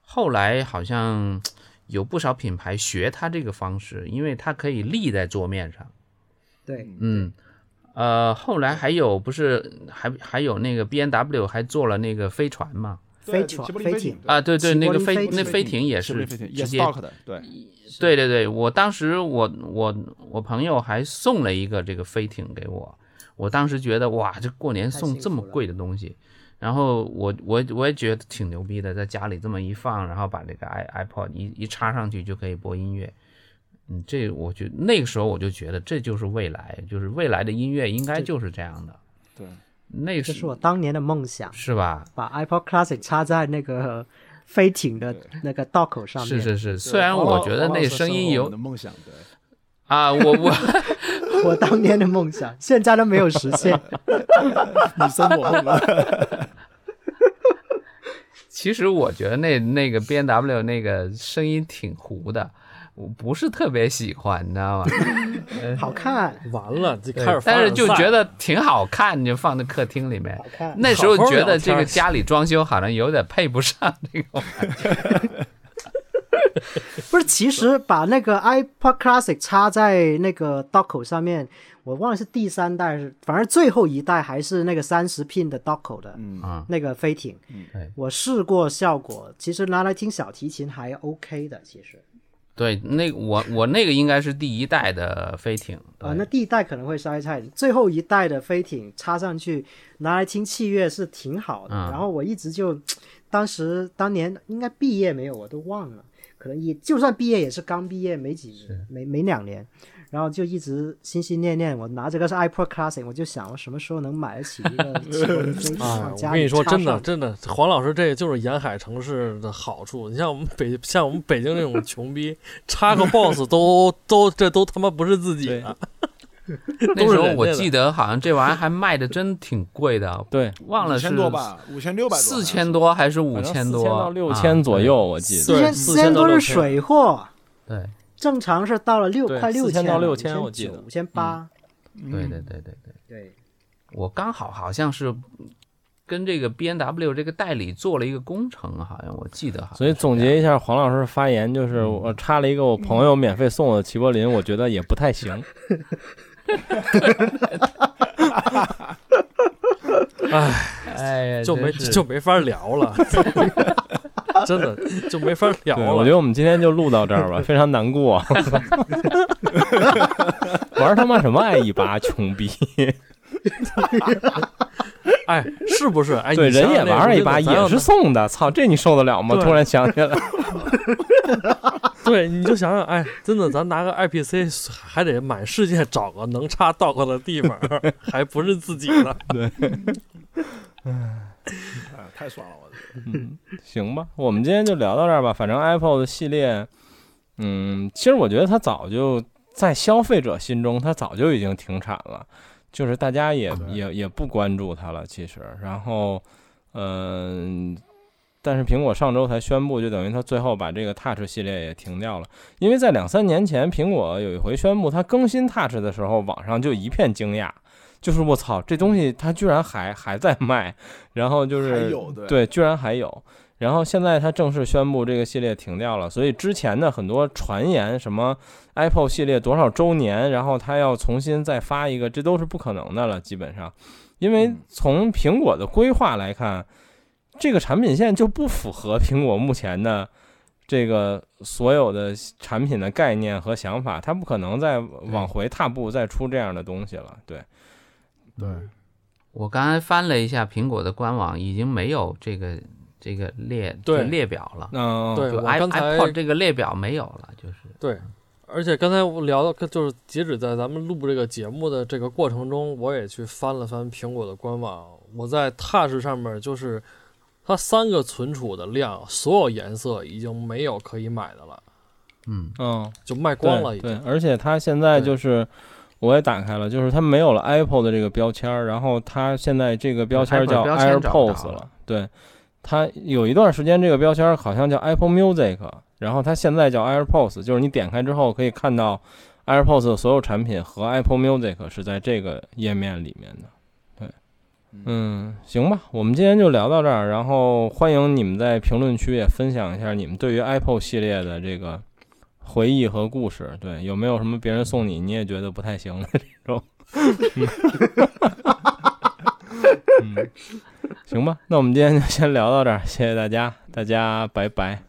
C: 后来好像有不少品牌学它这个方式，因为它可以立在桌面上。
D: 对，
C: 嗯，呃，后来还有不是还还有那个 B N W 还做了那个飞船嘛？
D: 飞船飞艇
C: 啊，对对，
D: 起
C: 那个
D: 波音
C: 飞
D: 飞
C: 那
D: 艇
C: 飞艇也
E: 是不
C: 是
E: 是飞艇也
C: 直
E: 是
C: 接
E: dock 的，对，
C: 对对对，我当时我我我朋友还送了一个这个飞艇给我，我当时觉得哇，这过年
D: 太
C: 送
D: 幸
C: 这么
D: 福了
C: 贵的东西，然后我我我也觉得挺牛逼的，在家里这么一放，然后把这个 i iPod 一一插上去就可以播音乐，嗯，这我觉那个时候我就觉得这就是未来，就是未来的音乐应该就是这样的，
E: 对，
C: 那
D: 这
C: 是
D: 是我当年的梦想，
C: 是吧？
D: 把 iPod Classic 插在那个飞艇的那个道口上面。
C: 是是是，虽然我觉得那声音
E: 我
C: 有
E: 的梦想，对，
C: 啊，我我。
D: 我当年的梦想，现在都没有实 现。
E: 你生我梦了，
C: 其实我觉得那那个 B N W 那个声音挺糊的，我不是特别喜欢，你知道吗？
D: 好看，
B: 完了就
C: 对
B: 开始凡
C: 但
B: 尔
C: 是就
B: 赛
C: 觉得挺好看，就放在客厅里面
D: 嗯好。看。
C: 那时候
B: 好好
C: 觉得
B: 聊
C: 这
B: 天
C: 个
B: 儿
C: 家里装修好像有点配不上这个玩意儿。
D: 不是，其实把那个 iPod Classic 插在那个道口上面，我忘了是第三代还是，反正最后一代还是那个三十 pin 的道口的。
E: 嗯
C: 啊
D: 那个飞艇，
C: 对
D: 我试过效果，其实拿来听小提琴还 OK 的，其实
C: 对，那个我我那个应该是第一代的飞艇。
D: 啊、
C: 对
D: 那第一代可能会稍微差一点，最后一代的飞艇插上去拿来听器乐是挺好的，
C: 嗯
D: 然后我一直就，当时当年应该毕业没有，我都忘了，可能也就算毕业也是刚毕业没几年，没没两年。然后就一直心心念念，我拿这个是 iPod Classic，我就想我什么时候能买得起一个奇怪的飞艇
B: 哎，
D: 往
B: 我
D: 家
B: 跟
D: 里
B: 你说，
D: 插
B: 真的，
D: 上
B: 真的，黄老师这就是沿海城市的好处。你像我们北，像我们北京这种穷逼，插个 boss 都都这都他妈不是自己的，
C: 那
B: 都
C: 时
B: 是
C: 候
B: 人
C: 我
B: 家的
C: 记得好像这玩意儿还卖的真挺贵的，
A: 对，
C: 忘了
E: 五
C: 是
E: 千多吧，五千六百，
C: 四千多还是五
A: 好像
C: 千
A: 4000
C: 多？
A: 到六
C: 啊
A: 千左。右，我记得。
D: 四千
B: 对
D: 四
B: 4000
D: 千
B: 到
D: 多是
B: 6000
D: 水货，
C: 对对
D: 正常是到了六
A: 对
D: 快六
A: 4000到6000
D: 千
A: 我记得
D: 五千八，
C: 对对对对。
D: 对，
C: 我刚好好像是跟这个 B N W 这个代理做了一个工程，好像我记得
A: 啊
C: 好像是这
A: 所以
C: 样。
A: 总结一下黄老师的发言，就是我插了一个我朋友免费送我的齐柏林，我觉得也不太 行。
C: 哎呀，
B: 就没
C: 真是
B: 就没法聊了， 真的就没法聊
A: 对，我觉
B: 了。
A: 得我们今天就录到这 儿吧，非常难过。 玩他妈什么爱一八穷逼？
B: 哎，是不是？哎，
A: 对，
B: 你想
A: 人
B: 想
A: 也
B: 那
A: 玩
B: 时
A: 一
B: 候
A: 把，
B: 咱
A: 也
B: 要
A: 是送的。操，这你受得了吗？
B: 对
A: 突然想起来，
B: 对，你就想想，哎，真的，咱拿个 IPC 还得满世界找个能插 dock 的地方， 还不是自己的。
E: 哎太爽了，我觉得
A: 行吧，我们今天就聊到这儿吧。反正 Apple 的系列，嗯，其实我觉得它早就在消费者心中，它早就已经停产了，就是大家也
E: 对
A: 也也不关注它了。其实，然后，嗯、但是苹果上周才宣布，就等于它最后把这个 Touch 系列也停掉了，因为在两三年前，苹果有一回宣布它更新 Touch 的时候，网上就一片惊讶，就是我操，这东西它居然还还在卖，然后就是
E: 还有对
A: 对，居然还有。然后现在它正式宣布这个系列停掉了，所以之前的很多传言，什么 Apple 系列多少周年，然后它要重新再发一个，这都是不可能的了，基本上，因为
E: 嗯
A: 从苹果的规划来看，这个产品线就不符合苹果目前的这个所有的产品的概念和想法，它不可能再往回踏步再出这样的东西了，对。
E: 对，
C: 我刚才翻了一下苹果的官网，已经没有这个这个列
B: 对
C: 这列表了。
A: 嗯，
B: 对
C: 就
B: 我
C: i
B: 刚才
C: iPod 这个列表没有了，就是
B: 对，而且刚才我聊到，就是截止在咱们录这个节目的这个过程中，我也去翻了翻苹果的官网，我在 Touch 上面就是它三个存储的量，所有颜色已经没有可以买的了，
C: 嗯，
A: 嗯，
B: 就卖光了已
A: 对
B: 经。
A: 对，而且它现在
B: 对
A: 就是，我也打开了，就是它没有了 Apple 的这个标签儿，然后它现在这个标签儿
C: 对
A: 叫
C: ，Apple 标签找不
A: AirPods
C: 着了
A: 了。对，它有一段时间这个标签儿好像叫 Apple Music，然后它现在叫 AirPods，就是你点开之后可以看到 AirPods 的所有产品和 Apple Music 是在这个页面里面的。对，嗯，行吧，我们今天就聊到这儿，然后欢迎你们在评论区也分享一下你们对于 Apple 系列的这个。回忆和故事，对，有没有什么别人送你，你也觉得不太行的这种？嗯，行吧，那我们今天就先聊到这儿，谢谢大家，大家拜拜。